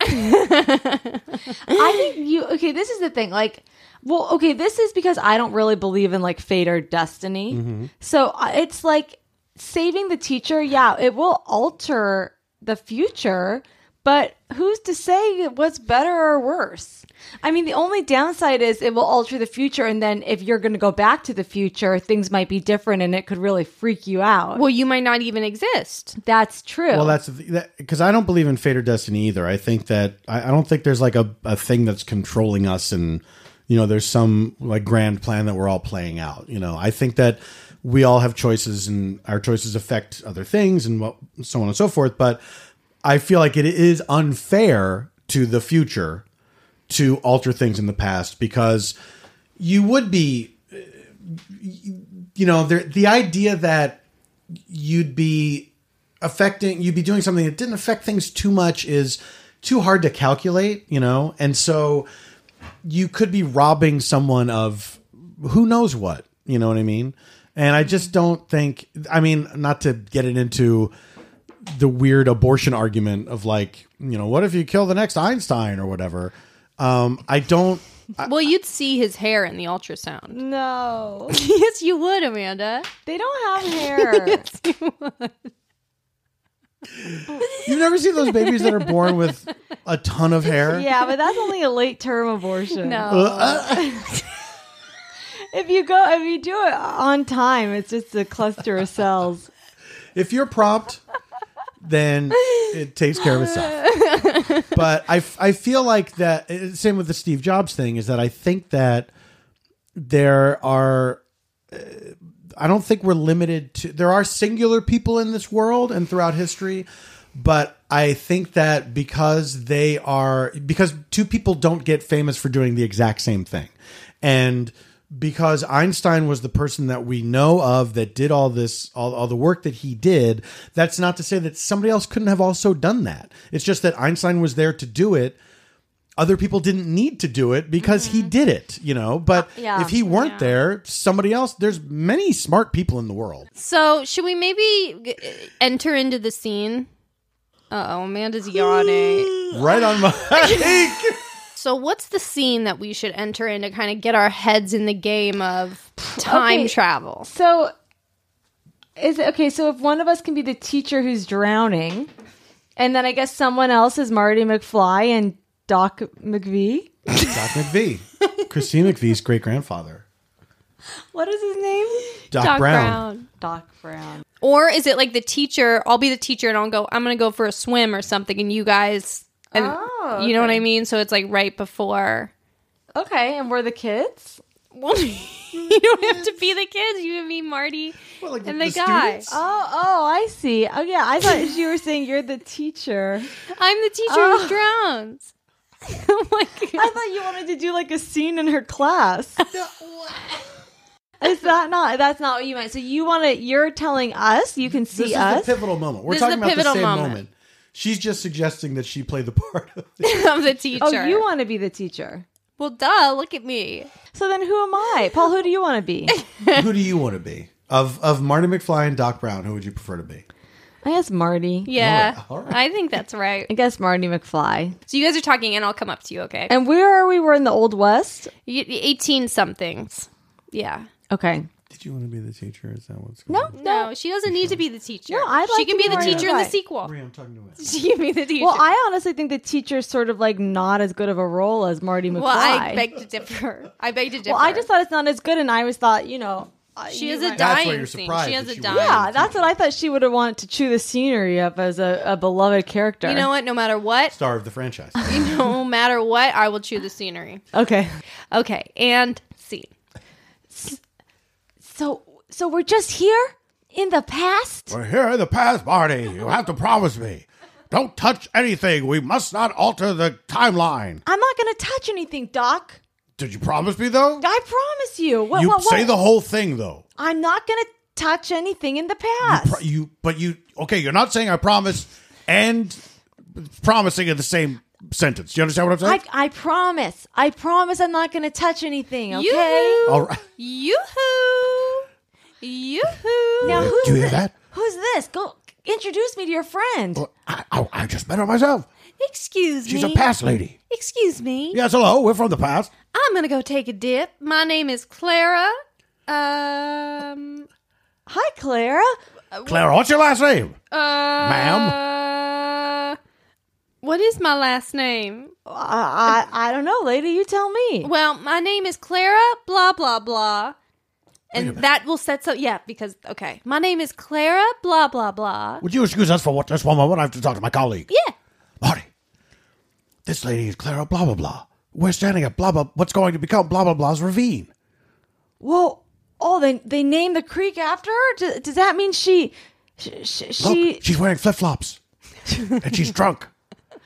I think you okay, this is the thing. Like well, okay, this is because I don't really believe in like fate or destiny. So I- it's like saving the teacher, yeah, it will alter the future, but who's to say what's better or worse? I mean, the only downside is it will alter the future and then if you're going to go back to the future, things might be different and it could really freak you out.
Well, you might not even exist.
that's true.
Well, that's because I don't believe in fate or destiny either. I think that I, I don't think there's like a, a thing that's controlling us, and you know, there's some like grand plan that we're all playing out. You know, I think that we all have choices, and our choices affect other things, and what so on and so forth. But I feel like it is unfair to the future to alter things in the past because you would be, uh, you know, there, the idea that you'd be affecting you'd be doing something that didn't affect things too much is too hard to calculate you know and so you could be robbing someone of who knows what you know what i mean and i just don't think i mean not to get it into the weird abortion argument of like you know what if you kill the next einstein or whatever um i don't
well, you'd see his hair in the ultrasound.
no.
yes, you would, Amanda.
They don't have hair.
you've never seen those babies that are born with a ton of hair Uh,
Yeah, but that's only a late term abortion.
No.
If you go, if you do it on time, it's just a cluster of cells.
if you're prompt, then it takes care of itself. but I, I feel like that eh, same with the Steve Jobs thing is that I think that there are uh, I don't think we're limited to there are singular people in this world and throughout history, but I think that because they are because two people don't get famous for doing the exact same thing. And because Einstein was the person that we know of that did all this all, all the work that he did, that's not to say that somebody else couldn't have also done that. It's just that Einstein was there to do it other people didn't need to do it because he did it, you know. But
Mm-hmm. Uh, yeah.
if he weren't there, somebody else. There's many smart people in the world.
So, should we maybe g- enter into the scene? Uh oh, Amanda's yawning.
Right on my.
So, what's the scene that we should enter in to kind of get our heads in the game of time
Okay.
travel?
So, is it okay? So, if one of us can be the teacher who's drowning, and then I guess someone else is Marty McFly and Doc McVee.
Doc McVie, Christine McVie's great grandfather,
What is his name?
Doc, Brown.
Doc Brown.
Or is it like the teacher? I'll be the teacher and I'll go, I'm going to go for a swim or something, and you guys, and
Oh,
you know what
okay.
I mean? So, it's like right before.
Okay, and we're the kids.
Well, you don't have to be the kids. You and me, Marty,
Well, like
and
the
the, guy.
students?
Oh, oh, I see. Oh, yeah. I thought you were saying you're the teacher.
I'm the teacher who drowns. oh my God.
I thought you wanted to do like a scene in her class. Is that not? That's not what you meant. So you want to? You're telling us you can see
This
us.
is the pivotal moment. We're
This is
talking
the
about the
pivotal
same moment.
moment.
She's just suggesting that she play the part of. It.
I'm the teacher.
oh, you want to be the teacher.
well, duh, look at me.
So then, who am I, Paul? Who do you want to be?
who do you want to be? Of of Marty McFly and Doc Brown, who would you prefer to be?
I guess Marty.
Yeah.
All right.
I think that's right.
I guess Marty McFly.
So you guys are talking, and I'll come up to you, okay?
And where are we? We're in the Old West.
You- 18 somethings. Yeah.
Okay.
Did you want to be the teacher? Is that what's
No,
on?
No, she doesn't need to be the teacher.
No, I'd
she
like
can
to be
be, the
Maria
teacher in the
Pye.
sequel.
Maria, I'm talking to it.
She can be the teacher.
Well, I honestly think the teacher's sort of like not as good of a role as Marty McFly.
Well, I beg to differ. I beg to differ.
Well, I just thought it's not as good, and I always thought, you know, I-
she
you
has a
might-
That's why
dying
you're
scene.
surprised
She has
that
a
she
dying.
was.
yeah, that's what I thought she would have wanted to chew the scenery up as a, a beloved character.
You know what? No matter what,
Star of the franchise.
no matter what, I will chew the scenery.
Okay.
Okay, and scene.
So, so we're just here in the past.
We're here in the past, Marty. You have to promise me. Don't touch anything. We must not alter the timeline.
I'm not going to touch anything, Doc.
Did you promise me, though?
I promise you. What?
you
what, what?
say the whole thing, though.
I'm not going to touch anything in the past.
Pro- you, but you, okay, you're not saying I promise and promising in the same sentence. Do you understand what I'm
I,
saying?
I promise. I promise. I'm not going to touch anything. Okay.
Yoo-hoo.
All right.
Yoo-hoo. Yoo-hoo.
Now, who's
Do you hear
thi-
that?
Who's this? Go introduce me to your friend.
I, I, I just met her myself.
Excuse
She's
me.
a past lady.
Excuse me.
Yes, hello. We're from the past.
I'm gonna go take a dip. My name is Clara. Um.
Hi, Clara.
Clara, what's your last name?
Uh, Ma'am. Uh, What is my last name?
I, I I don't know, lady. You tell me.
Well, my name is Clara, blah, blah, blah. And that will set so, yeah, because, okay. My name is Clara, blah, blah, blah.
Would you excuse us for what, just one moment? I have to talk to my colleague.
Yeah.
Marty, this lady is Clara, blah, blah, blah. We're standing at blah, blah, what's going to become blah, blah, blah's ravine.
Well, oh, they they named the creek after her. Does, does that mean she she she,
Look,
she
she's wearing flip flops. and she's drunk.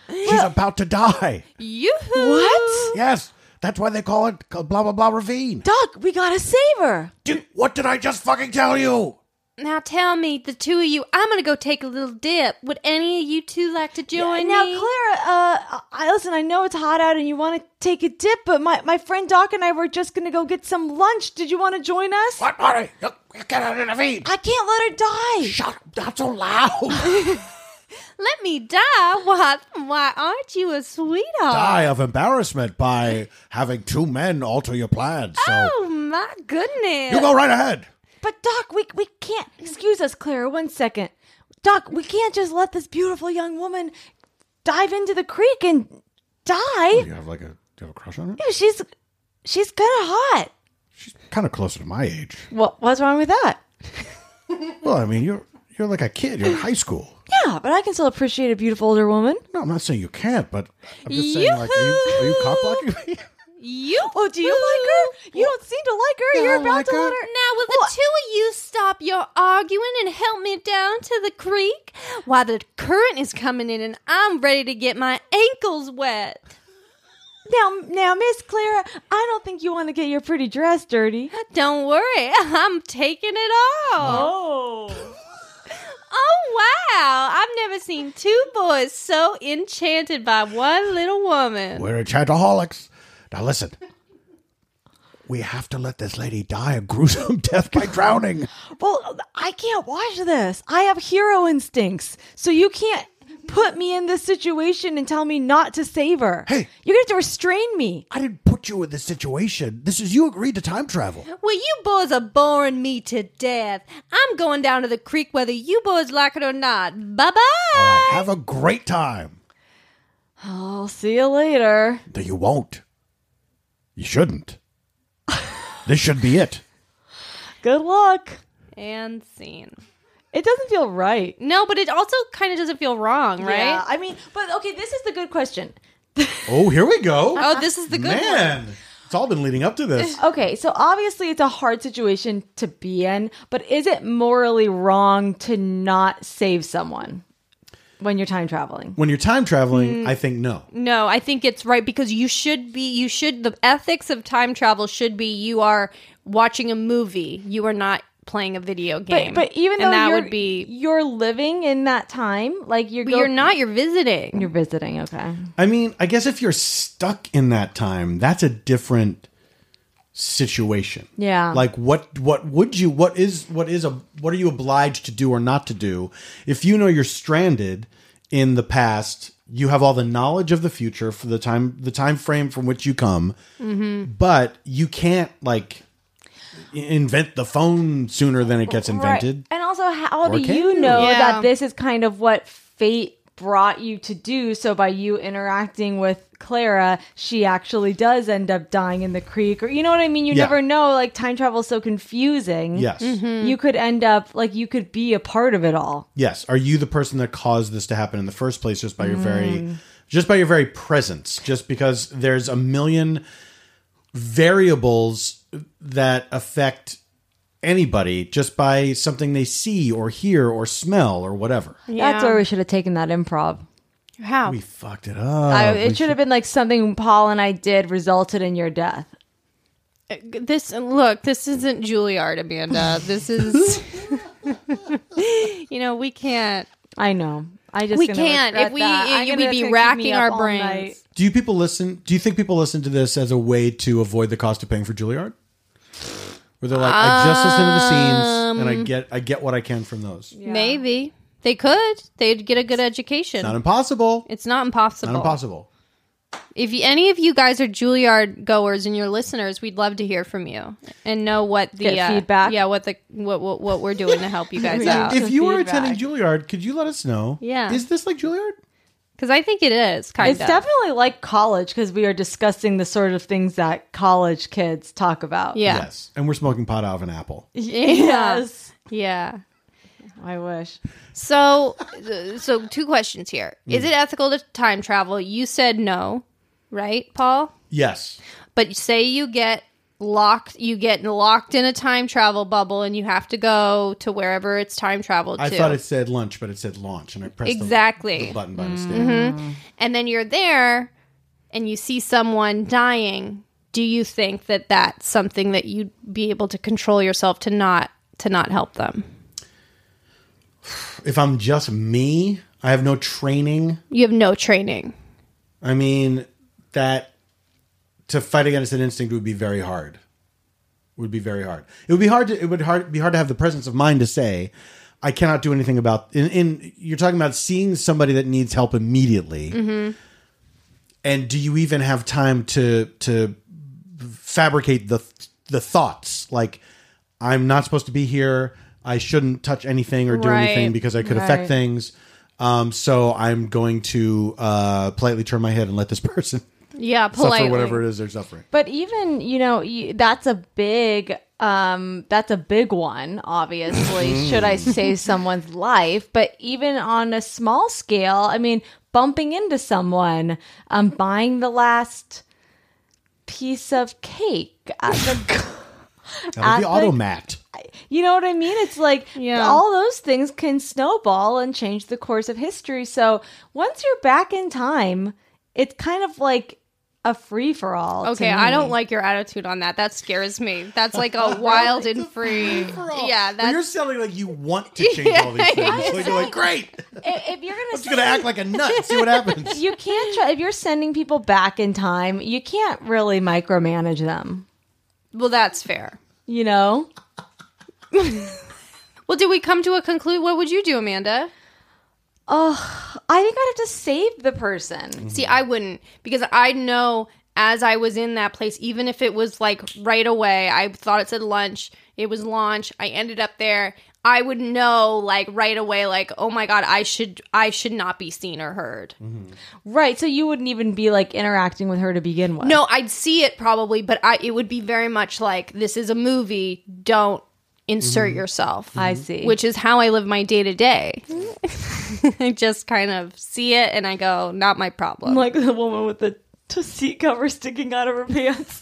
She's about to die.
Yoo-hoo.
what?
Yes, that's why they call it blah, blah, blah ravine.
Doc, we gotta save her.
Did, what did I just fucking tell you?
Now tell me, the two of you, I'm going to go take a little dip. Would any of you two like to join
now,
me?
Clara, uh, I listen. I know it's hot out, and you want to take a dip, but my my friend Doc and I were just gonna go get some lunch. Did you want to join us?
What, Marty? You, you get out of the ravine.
I can't let her die.
Shut up, not so loud.
Let me die? Why, why aren't you a sweetheart?
Die of embarrassment by having two men alter your plans. So
Oh, my goodness.
you go right ahead.
But Doc, we we can't excuse us, Clara. One second, Doc, we can't just let this beautiful young woman dive into the creek and
Do
die.
you have like a, do you have a crush on her?
She's she's kind of hot.
She's kind of closer to my age.
What what's wrong with that?
Well, I mean, you're you're like a kid. You're in high school.
Yeah, but I can still appreciate a beautiful older woman.
No, I'm not saying you can't, but I'm just saying, like, are you, are you cock blocking me?
You
Oh, do you like her? You don't seem to like her.
Yeah,
You're
I
about
like
to
her.
let her.
Now, will the two of you stop your arguing and help me down to the creek? Why, the current is coming in and I'm ready to get my ankles wet.
Now, now, Miss Clara, I don't think you want to get your pretty dress dirty.
Don't worry, I'm taking it all.
Oh.
Oh, wow. I've never seen two boys so enchanted by one little woman.
We're enchantaholics. Now listen, we have to let this lady die a gruesome death by drowning.
Well, I can't watch this. I have hero instincts, so you can't put me in this situation and tell me not to save her.
Hey.
you're gonna have to restrain me.
I didn't put you in this situation. This is you agreed to time travel.
Well, you boys are boring me to death. I'm going down to the creek whether you boys like it or not. Bye
All
bye.
right, have a great time.
I'll see you later.
No, you won't. You shouldn't. this should be it.
Good luck.
And scene.
It doesn't feel right.
No, but it also kind of doesn't feel wrong, right?
Yeah, I mean, but okay, this is the good question.
oh, here we go.
Oh, this is the good one.
Man, it's all been leading up to this.
Okay, so obviously it's a hard situation to be in, but is it morally wrong to not save someone when you're time traveling?
When you're time
Mm.
traveling, I think no.
No, I think it's right because you should be you should the ethics of time travel should be you are watching a movie. You are not playing a video game.
But, but even
and
though
that
you're,
would be
you're living in that time, like you're
but
go-
you're not you're visiting.
you're visiting. Okay,
I mean, I guess if you're stuck in that time, that's a different situation.
Yeah.
Like what what would you what is what is a what are you obliged to do or not to do? If you know you're stranded in the past, you have all the knowledge of the future for the
Mm-hmm.
time the time frame from which you come. But you can't like invent the phone sooner than it gets invented.
And also, how
Or
do
can
you
you?
know
Yeah.
that this is kind of what fate brought you to do? So by you interacting with Clara, she actually does end up dying in the creek, or you know what I mean? You
Yeah.
never know. Like time travel is so confusing.
Yes.
Mm-hmm.
You could end up like you could be a part of it all.
Yes. Are you the person that caused this to happen in the first place just by your very just by your very presence? Just because there's a million variables that affect anybody just by something they see or hear or smell or whatever.
That's where we should have taken that improv.
How?
Oh, We fucked it up.
I, it should have been like something Paul and I did resulted in your death.
This look, this isn't Juilliard, Amanda. This is, you know, we can't.
I know. I just
We
gonna
can't.
regret
If we-
that. I'm
it-
gonna-
we'd
it's gonna
be
keep me
racking
up
our
all
brains.
night.
Do you people listen? Do you think people listen to this as a way to avoid the cost of paying for Juilliard? Where they're like, I just listen to the scenes and I get I get what I can from those.
Maybe they could. They'd get a good education.
Not impossible.
it's not impossible.
Not impossible.
If you, any of you guys are Juilliard goers and your listeners, we'd love to hear from you and know what the
Get
uh,
feedback.
Yeah, what the what what, what we're doing to help you guys out.
If you were
feedback.
attending Juilliard, could you let us know?
Yeah.
Is this like Juilliard?
Because I think it is kind
It's
of.
definitely like college because we are discussing the sort of things that college kids talk about.
yeah.
Yes. And we're smoking pot out of an apple.
Yes.
Yeah.
I wish.
So, so two questions here.
Hmm.
Is it ethical to time travel? You said no, right, Paul?
Yes.
But say you get locked, you get locked in a time travel bubble, and you have to go to wherever it's time travel to.
I thought it said lunch, but it said launch, and I pressed the-
Exactly.
the, button by mistake.
Mm-hmm. and then you're there, and you see someone dying. Do you think that that's something that you'd be able to control yourself to not to not help them?
If I'm just me, I have no training.
You have no training.
I mean, that to fight against an instinct would be very hard. Would be very hard. It would be hard to it would hard be hard to have the presence of mind to say, I cannot do anything about in, in you're talking about seeing somebody that needs help immediately.
Mm-hmm.
And do you even have time to to fabricate the the thoughts like I'm not supposed to be here. I shouldn't touch anything or do
Right.
anything because I could
Right.
affect things. Um, so I'm going to uh, politely turn my head and let this person
Yeah, politely.
suffer whatever it is they're suffering.
But even you know you, that's a big um that's a big one obviously should I save someone's life but even on a small scale I mean bumping into someone um buying the last piece of cake at the
That would be
At the-
automat.
You know what I mean? It's like
Yeah.
all those things can snowball and change the course of history. So once you're back in time, it's kind of like a free for all. to
Okay, I
me.
don't like your attitude on that. That scares me. That's like a wild and free. Yeah,
Well, you're
that's
sounding like you want to change all these things. Like, you're like, great. I'm
If, if you're gonna,
just gonna act like a nut. and See what happens.
you can't. Try, if you're sending people back in time, you can't really micromanage them.
well, that's fair.
You know?
Well, did we come to a conclude? What would you do, Amanda?
I think I'd have to save the person.
See, I wouldn't because I know as I was in that place, even if it was like right away, I thought it said lunch, it was launch, I ended up there. I would know like right away, like, oh my god, I should I should not be seen or heard.
Right. So you wouldn't even be like interacting with her to begin with.
No, I'd see it probably, but I it would be very much like this is a movie, don't insert yourself.
I see.
Which is how I live my day to day. I just kind of see it and I go, not my problem.
like the woman with the t- seat cover sticking out of her pants.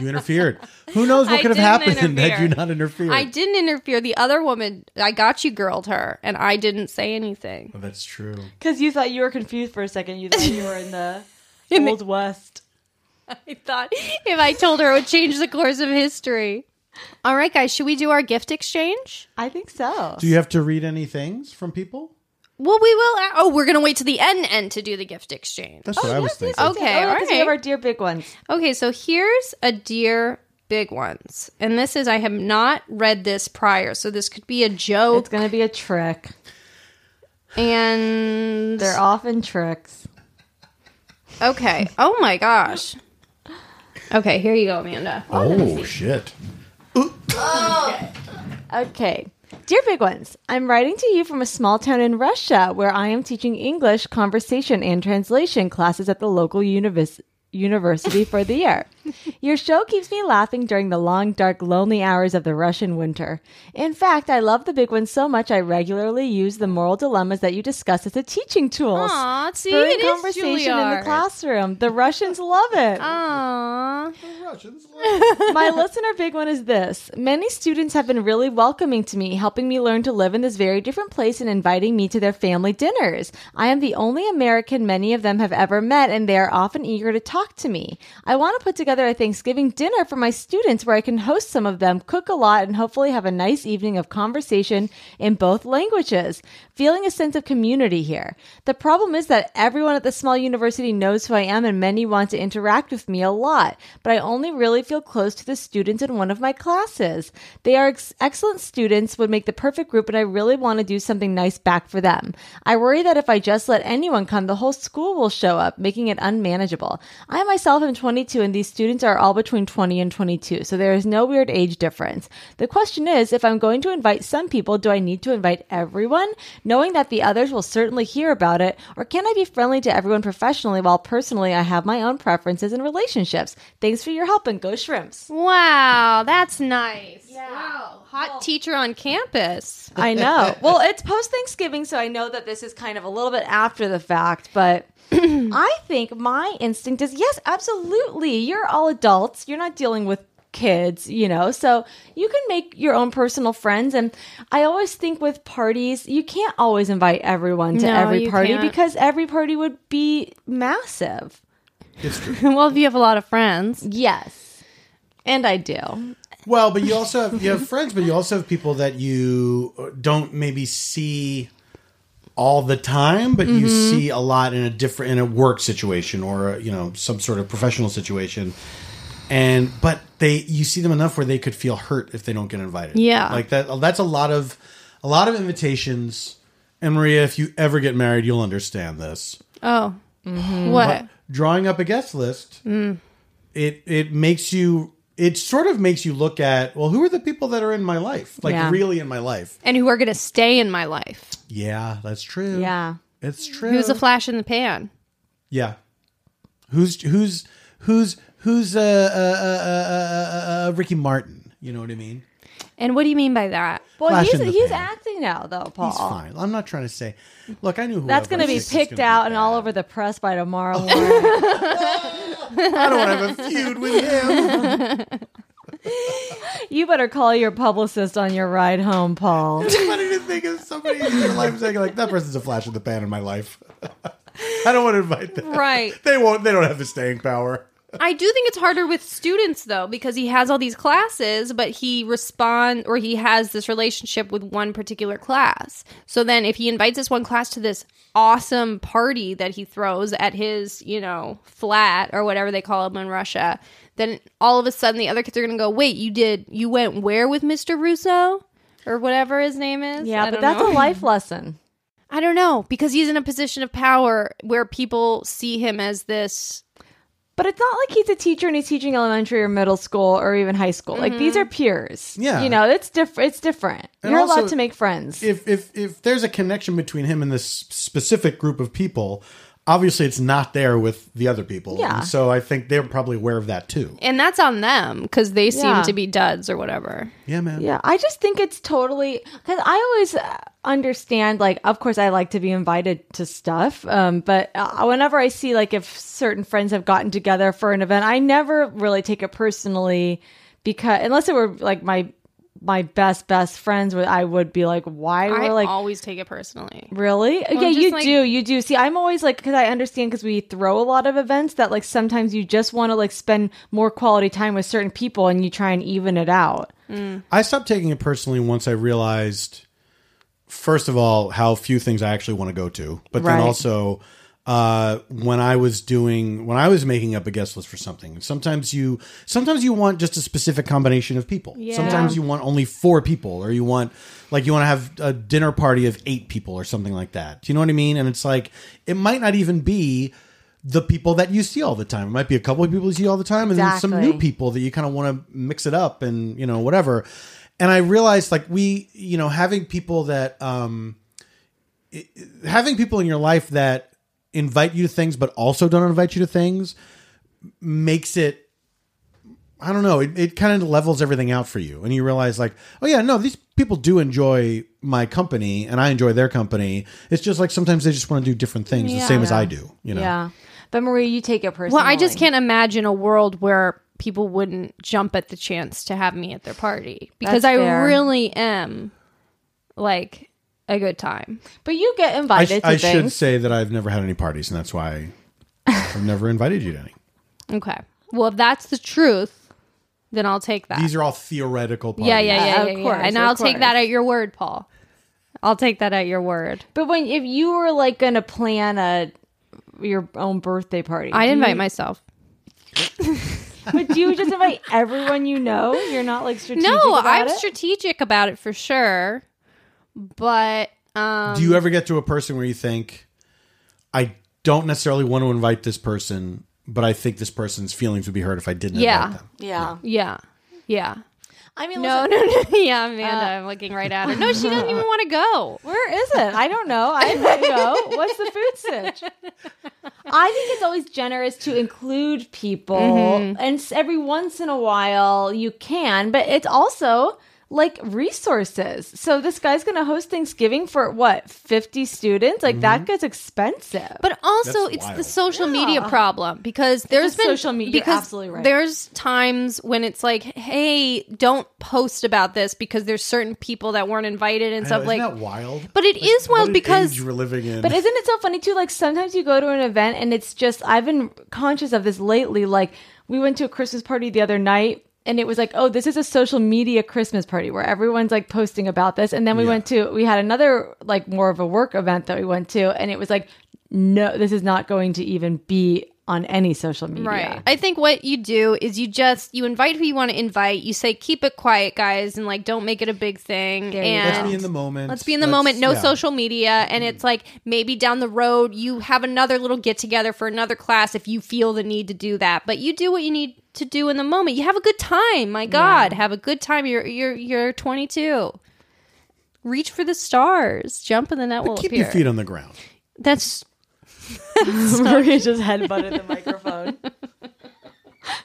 You interfered. Who knows what
I
could have
didn't
happened had
interfere.
you not interfered?
I didn't interfere. The other woman, I got you girled her and I didn't say anything.
Oh, that's true.
Because you thought you were confused for a second. You thought you were in the
the-
old west.
I thought if I told her it would change the course of history. All right, guys, should we do our gift exchange?
I think so.
Do you have to read any things from people?
Well, we will. a- Oh, we're going to wait to the end end to do the gift exchange.
That's what I was thinking.
Okay,
oh,
all
because we have
right.
our dear big ones.
Okay, so here's a dear big ones. And this is I have not read this prior, so this could be a joke
It's gonna be a trick.
and
They're often tricks.
okay. Oh my gosh. Okay, here you go, Amanda.
Oh shit. Ooh,
Okay. Dear Big Ones, I'm writing to you from a small town in Russia where I am teaching English conversation and translation classes at the local univis- university for the year. Your show keeps me laughing during the long, dark, lonely hours of the Russian winter. In fact, I love the Big Ones so much I regularly use the moral dilemmas that you discuss as a teaching tool.
Aw, see,
spurring
it is
conversation in the
Juilliard.
classroom. The Russians love it.
Aww.
My listener big one is this. Many students have been really welcoming to me, helping me learn to live in this very different place and inviting me to their family dinners. I am the only American many of them have ever met, and they are often eager to talk to me. I want to put together a Thanksgiving dinner for my students where I can host some of them, cook a lot, and hopefully have a nice evening of conversation in both languages, feeling a sense of community here. The problem is that everyone at the small university knows who I am and many want to interact with me a lot, but I only really feel close to the students in one of my classes. They are ex- excellent students, would make the perfect group, and I really want to do something nice back for them. I worry that if I just let anyone come, the whole school will show up, making it unmanageable. I myself am 22, and these students are all between 20 and 22, so there is no weird age difference. The question is if I'm going to invite some people, do I need to invite everyone, knowing that the others will certainly hear about it, or can I be friendly to everyone professionally while personally I have my own preferences and relationships? Thanks for your help and go shrimps.
Wow, that's nice. Wow, hot teacher on campus.
I know. Well, it's post Thanksgiving, so I know that this is kind of a little bit after the fact, but I think my instinct is yes, absolutely. You're all adults, you're not dealing with kids, you know, so you can make your own personal friends. And I always think with parties, you can't always invite everyone to
No,
every
you
party
can't.
because every party would be massive.
well, if you have a lot of friends,
Yes. And I do.
Well, but you also have you have friends, but you also have people that you don't maybe see all the time, but you see a lot in a different in a work situation or you know some sort of professional situation. And but they you see them enough where they could feel hurt if they don't get invited.
Yeah.
like that. That's a lot of a lot of invitations. And Maria, if you ever get married, you'll understand this
oh, what?
drawing up a guest list, it it makes you it sort of makes you look at well, who are the people that are in my life, like
Yeah.
really in my life?
And who are going to stay in my life?
Yeah, that's true.
Yeah.
it's true.
Who's a flash in the pan?
yeah, who's who's who's who's uh, uh, uh, uh, uh, uh, Ricky Martin? You know what I mean?
And what do you mean by that?
Well,
Flash
he's,
in the
he's
pan.
acting now, though, Paul.
He's fine. I'm not trying to say. Look, I knew who
That's going to be picked out and all over the press by tomorrow morning.
I don't want to have a feud with him.
you better call your publicist on your ride home, Paul.
Funny to think of somebody in your life saying like that person's a flash in the pan in my life. I don't want to invite them.
Right.
They won't. They don't have the staying power.
I do think it's harder with students though because he has all these classes, but he respond or he has this relationship with one particular class. So then, if he invites this one class to this awesome party that he throws at his, you know, flat or whatever they call him in Russia, then all of a sudden the other kids are going to go, "Wait, you did you went where with Mr. Russo?" Or whatever his name is.
Yeah,
I
but
don't
that's a
know.
life lesson.
I don't know because he's in a position of power where people see him as this.
But it's not like he's a teacher and he's teaching elementary or middle school or even high school. Like
Mm-hmm.
these are peers.
Yeah.
you know it's different. It's different.
And
You're
also-
allowed to make friends.
If if if there's a connection between him and this specific group of people, obviously it's not there with the other people.
Yeah.
And so I think they're probably aware of that too.
And that's on them because they
Yeah.
seem to be duds or whatever.
Yeah, man.
Yeah, I just think it's totally because I always uh, understand. Like, of course, I like to be invited to stuff, um, but uh, whenever I see like if certain friends have gotten together for an event, I never really take it personally because unless it were like my my best best friends, where I would be like, why
I
were like.
always take it personally.
Really? yeah,
just
you
like-
do. You do. See, I'm always like, because I understand because we throw a lot of events that like sometimes you just want to like spend more quality time with certain people and you try and even it out.
I stopped taking it personally once I realized, first of all, how few things I actually want to go to, but
Right.
then also uh, when I was doing when I was making up a guest list for something. Sometimes you sometimes you want just a specific combination of people. Sometimes you want only four people, or you want like you want to have a dinner party of eight people or something like that. Do you know what I mean? And it's like it might not even be the people that you see all the time. It might be a couple of people you see all the time, and then some
Exactly.
new people that you kind of want to mix it up and you know whatever. And I realized like we, you know, having people that um i- having people in your life that invite you to things but also don't invite you to things makes it I don't know. It, it kind of levels everything out for you. And you realize, like, oh, yeah, no, these people do enjoy my company and I enjoy their company. It's just like sometimes they just want to do different things, the same as I do, you know?
Yeah. But Maria, you take it personally.
Well, I just can't imagine a world where people wouldn't jump at the chance to have me at their party because
That's
I
fair.
really am like a good time.
But you get
I,
invited
sh-
to
I should
things.
say that I've never had any parties, and that's why I've never invited you to any.
Okay. Well, if that's the truth, then I'll take that.
These are all theoretical parties.
yeah, yeah, yeah,
Uh, of
yeah, yeah.
course,
And
of
I'll take that
course.
at your word, Paul. I'll take that at your word.
But when if you were like going to plan a your own birthday party,
I'd
do
invite
you-
myself.
But do you just invite everyone you know? You're not like strategic.
No,
about
I'm
it?
strategic about it for sure. But um
Do you ever get to a person where you think, I don't necessarily want to invite this person, but I think this person's feelings would be hurt if I didn't
Yeah.
invite them?
Yeah.
yeah. Yeah.
I mean,
No,
listen,
no, no. Yeah,
Uh.
Amanda, I'm looking right at her. No, she doesn't even want to go.
Where is it? I don't know. I don't know. What's the food stitch? I think it's always generous to include people, and s- every once in a while you can, but it's also like resources. So this guy's going to host Thanksgiving for what fifty students? Like that gets expensive.
But also,
That's
it's the
wild.
social media problem because there's
a
been
social media- you're
Because
absolutely right.
There's times when it's like, hey, don't post about this because there's certain people that weren't invited and
I
stuff
know,
like.
isn't that wild?
But it is
what
wild
an
because-
age we're living in.
But isn't it so funny too? Like sometimes you go to an event and it's just I've been conscious of this lately. Like we went to a Christmas party the other night and it was like, oh, this is a social media Christmas party where everyone's like posting about this. And then we went to we had another like more of a work event that we went to and it was like, no, this is not going to even be on any social media.
Right. I think what you do is you just you invite who you want to invite. You say keep it quiet, guys, and like don't make it a big thing. and
Let's be in the moment.
Let's be in the moment. No social media, and it's like maybe down the road you have another little get together for another class if you feel the need to do that. But you do what you need to do in the moment. You have a good time. My God, have a good time. You're you're you're 22. Reach for the stars. Jump in the net will
Keep
appear.
your feet on the ground.
That's
Maria just headbutted the microphone.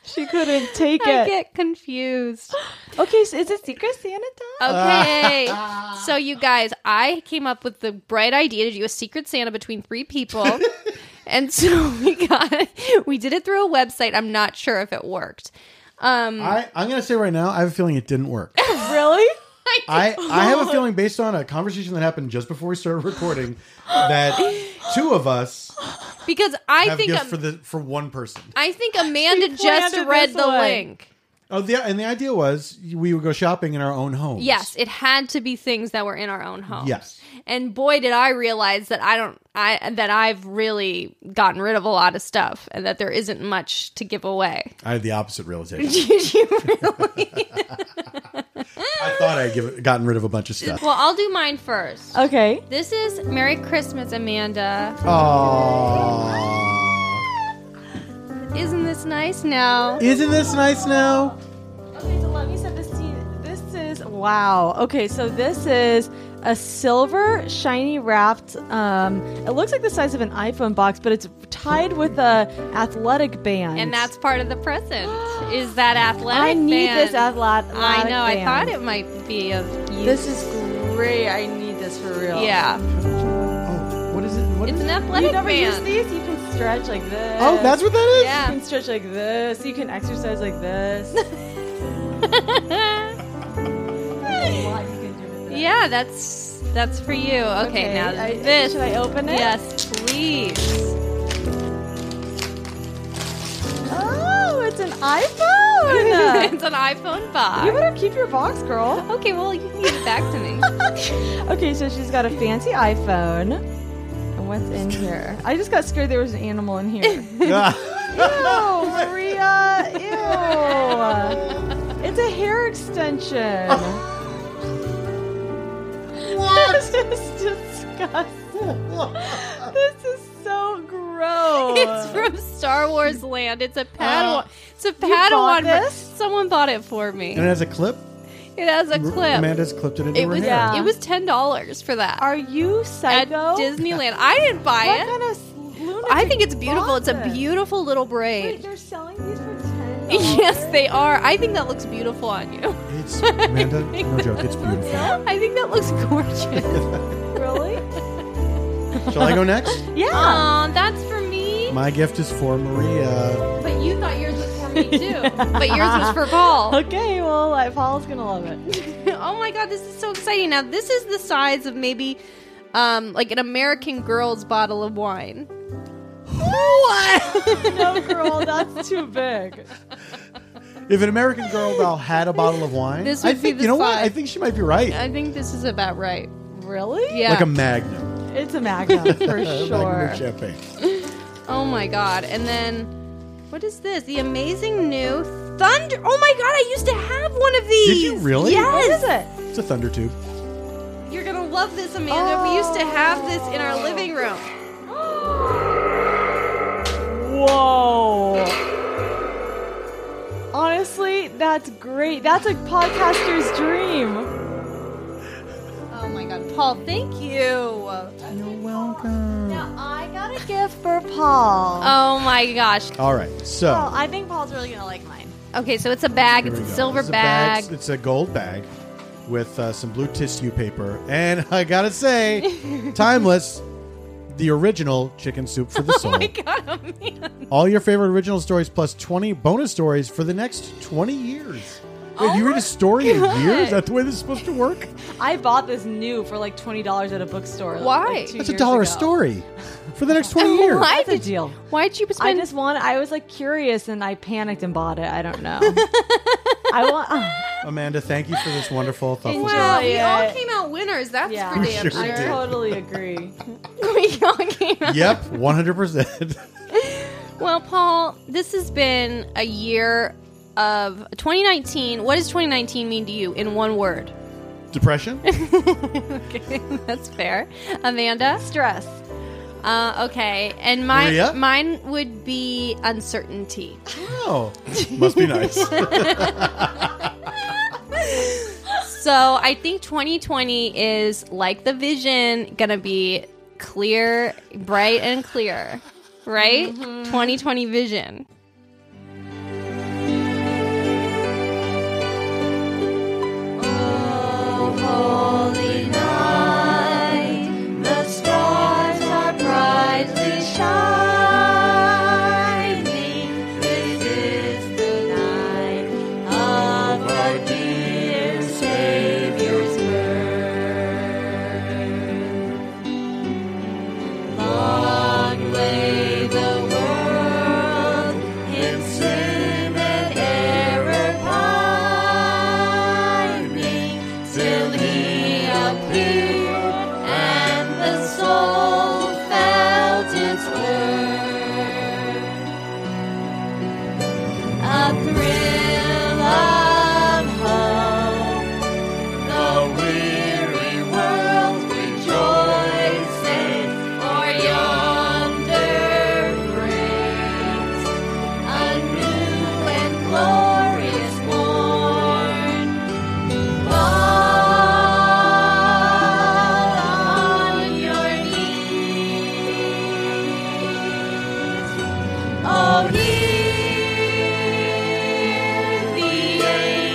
she couldn't take
I
it.
get confused.
okay, so is it Secret Santa time?
Okay. so you guys, I came up with the bright idea to do a secret Santa between three people. and so we got we did it through a website. I'm not sure if it worked. Um, Mm.
I, I'm going to say right now, I have a feeling it didn't work.
Uh, Really?
I, I have a feeling based on a conversation that happened just before we started recording that two of us
Because I
have
think
gifts
um,
for the for one person.
I think Amanda just
planted
read
this
the
one.
link.
Oh, the, and the idea was we would go shopping in our own homes.
Yes, it had to be things that were in our own home.
Yes.
And boy did I realize that I don't I that I've really gotten rid of a lot of stuff and that there isn't much to give away.
I had the opposite realization. Did you really? I thought I'd give, gotten rid of a bunch of stuff.
Well, I'll do mine first.
Okay.
This is Merry Christmas, Amanda.
Aww.
Isn't this nice now?
Isn't this nice now?
Okay, so let me set the scene. This is wow. Okay, so this is a silver, shiny wrapped. Um, it looks like the size of an iPhone box, but it's tied with a athletic band.
And that's part of the present. Is that athletic?
I need this
band.
athletic.
I know. I
band.
thought it might be of use.
This is great. I need this for real.
yeah.
Oh, what is it? What
It's
is
an
it?
athletic
You never use
band.
these. You can stretch like this.
Oh, that's what that is?
You
yeah.
can stretch like this. You can exercise like this. There's a lot you can do with it.
Yeah. That's that's for you. Okay. now
I-
this.
Should I open it?
yes, please.
Oh, it's an iPhone.
it's an iPhone
Uh, you
box.
better keep your box, girl.
Okay. Well, you can give it back to me.
Okay, so she's got a fancy iPhone. And what's in here? I just got scared there was an animal in here. ew, Maria. Ew. It's a hair extension. What? this is disgusting. This is so gross. Bro.
It's from Star Wars Land. It's a
uh,
Padawan. it's a Padawan. bra-
this?
Someone bought it for me.
And it has a clip.
It has a
R-
clip.
Amanda's clipped it into
it
her
was
hair.
Yeah.
it was ten dollars for that
Are you
at
psycho?
Disneyland. I didn't buy
What
it.
kind of lunatic
I think it's beautiful. It's a
bought this?
beautiful little
Wait,
braid.
they're selling these for ten.
yes, they are. I think that looks beautiful on you.
It's Amanda, no joke, it's beautiful.
I think that looks gorgeous.
really?
Shall I go next?
yeah. Aw, Um, that's for me.
My gift is for Maria.
But you thought yours was for me too. but yours was for Paul.
Okay, well, I, Paul's gonna love it.
oh my god, this is so exciting. Now this is the size of maybe um like an American girl's bottle of wine. What?
No, girl, that's too big.
If an American Girl doll had a bottle of wine,
This
I
would be
think
the
you know what?
size.
I think she might be right.
I think this is about right.
Really?
Yeah.
Like a Magnum,
It's a magnum for
Magnum
sure.
of champagne.
oh my god. And then what is this? The amazing new Thunder Oh my god, I used to have one of these.
Did you really?
Yes.
What is it?
It's a thunder tube.
You're gonna love this, Amanda. We used to have this in our living room.
Whoa. Honestly, that's great. That's a podcaster's dream.
Oh my god, Paul, thank you.
You're welcome.
I got a gift for Paul.
Oh my gosh.
All right, so
Oh, I think Paul's really gonna like mine.
Okay, so it's a bag,
here
it's
we
a
go.
silver
It's a
bag.
It's a gold bag with uh, some blue tissue paper, and I gotta say, timeless. The original Chicken Soup for the Soul.
Oh God, Amanda.
All your favorite original stories plus 20 bonus stories for the next 20 years. Wait, you read a story a year? Is that the way this is supposed to work?
I bought this new for like twenty dollars at a bookstore.
Why?
like, two
That's a
years
dollar a
ago.
story for the next 20 years.
Why
That's a
did
deal.
Why'd you
I
spend?
just want. I was like curious, and I panicked and bought it. I don't know. I want. uh,
Amanda, thank you for this wonderful, thoughtful
wow,
story.
we all
it.
came out winners. That's
Yeah.
for damn
Sure
I
did.
sure.
totally agree.
we all came out.
Yep, 100%.
Well, Paul, this has been a year of 2019. What does 2019 mean to you in one word?
Depression?
Okay, that's fair. Amanda.
Stress.
Uh, okay, and mine.
Maria?
Mine would be uncertainty.
Oh, must be nice.
So I think 2020 is like the vision, gonna be clear, bright, and clear, right? 2020 vision.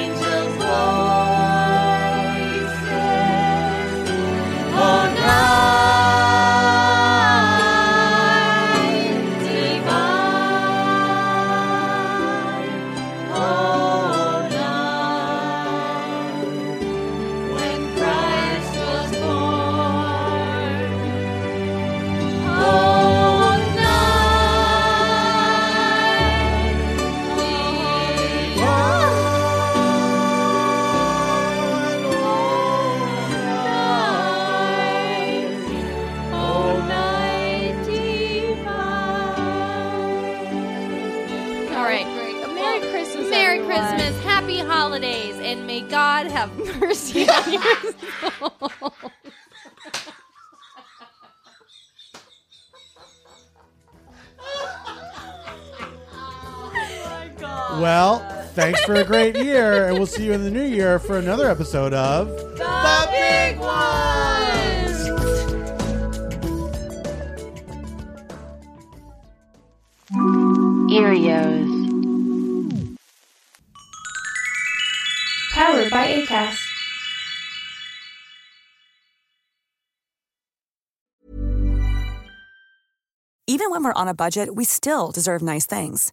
Oh, Oh, Oh,
All right. Merry Christmas. Merry Christmas. Happy holidays. And may God have mercy on your soul.
Well, thanks for a great year, and we'll see you in the new year for another episode of The, Big Ones.
Erios.
Powered by ACAST.
Even when we're on a budget, we still deserve nice things.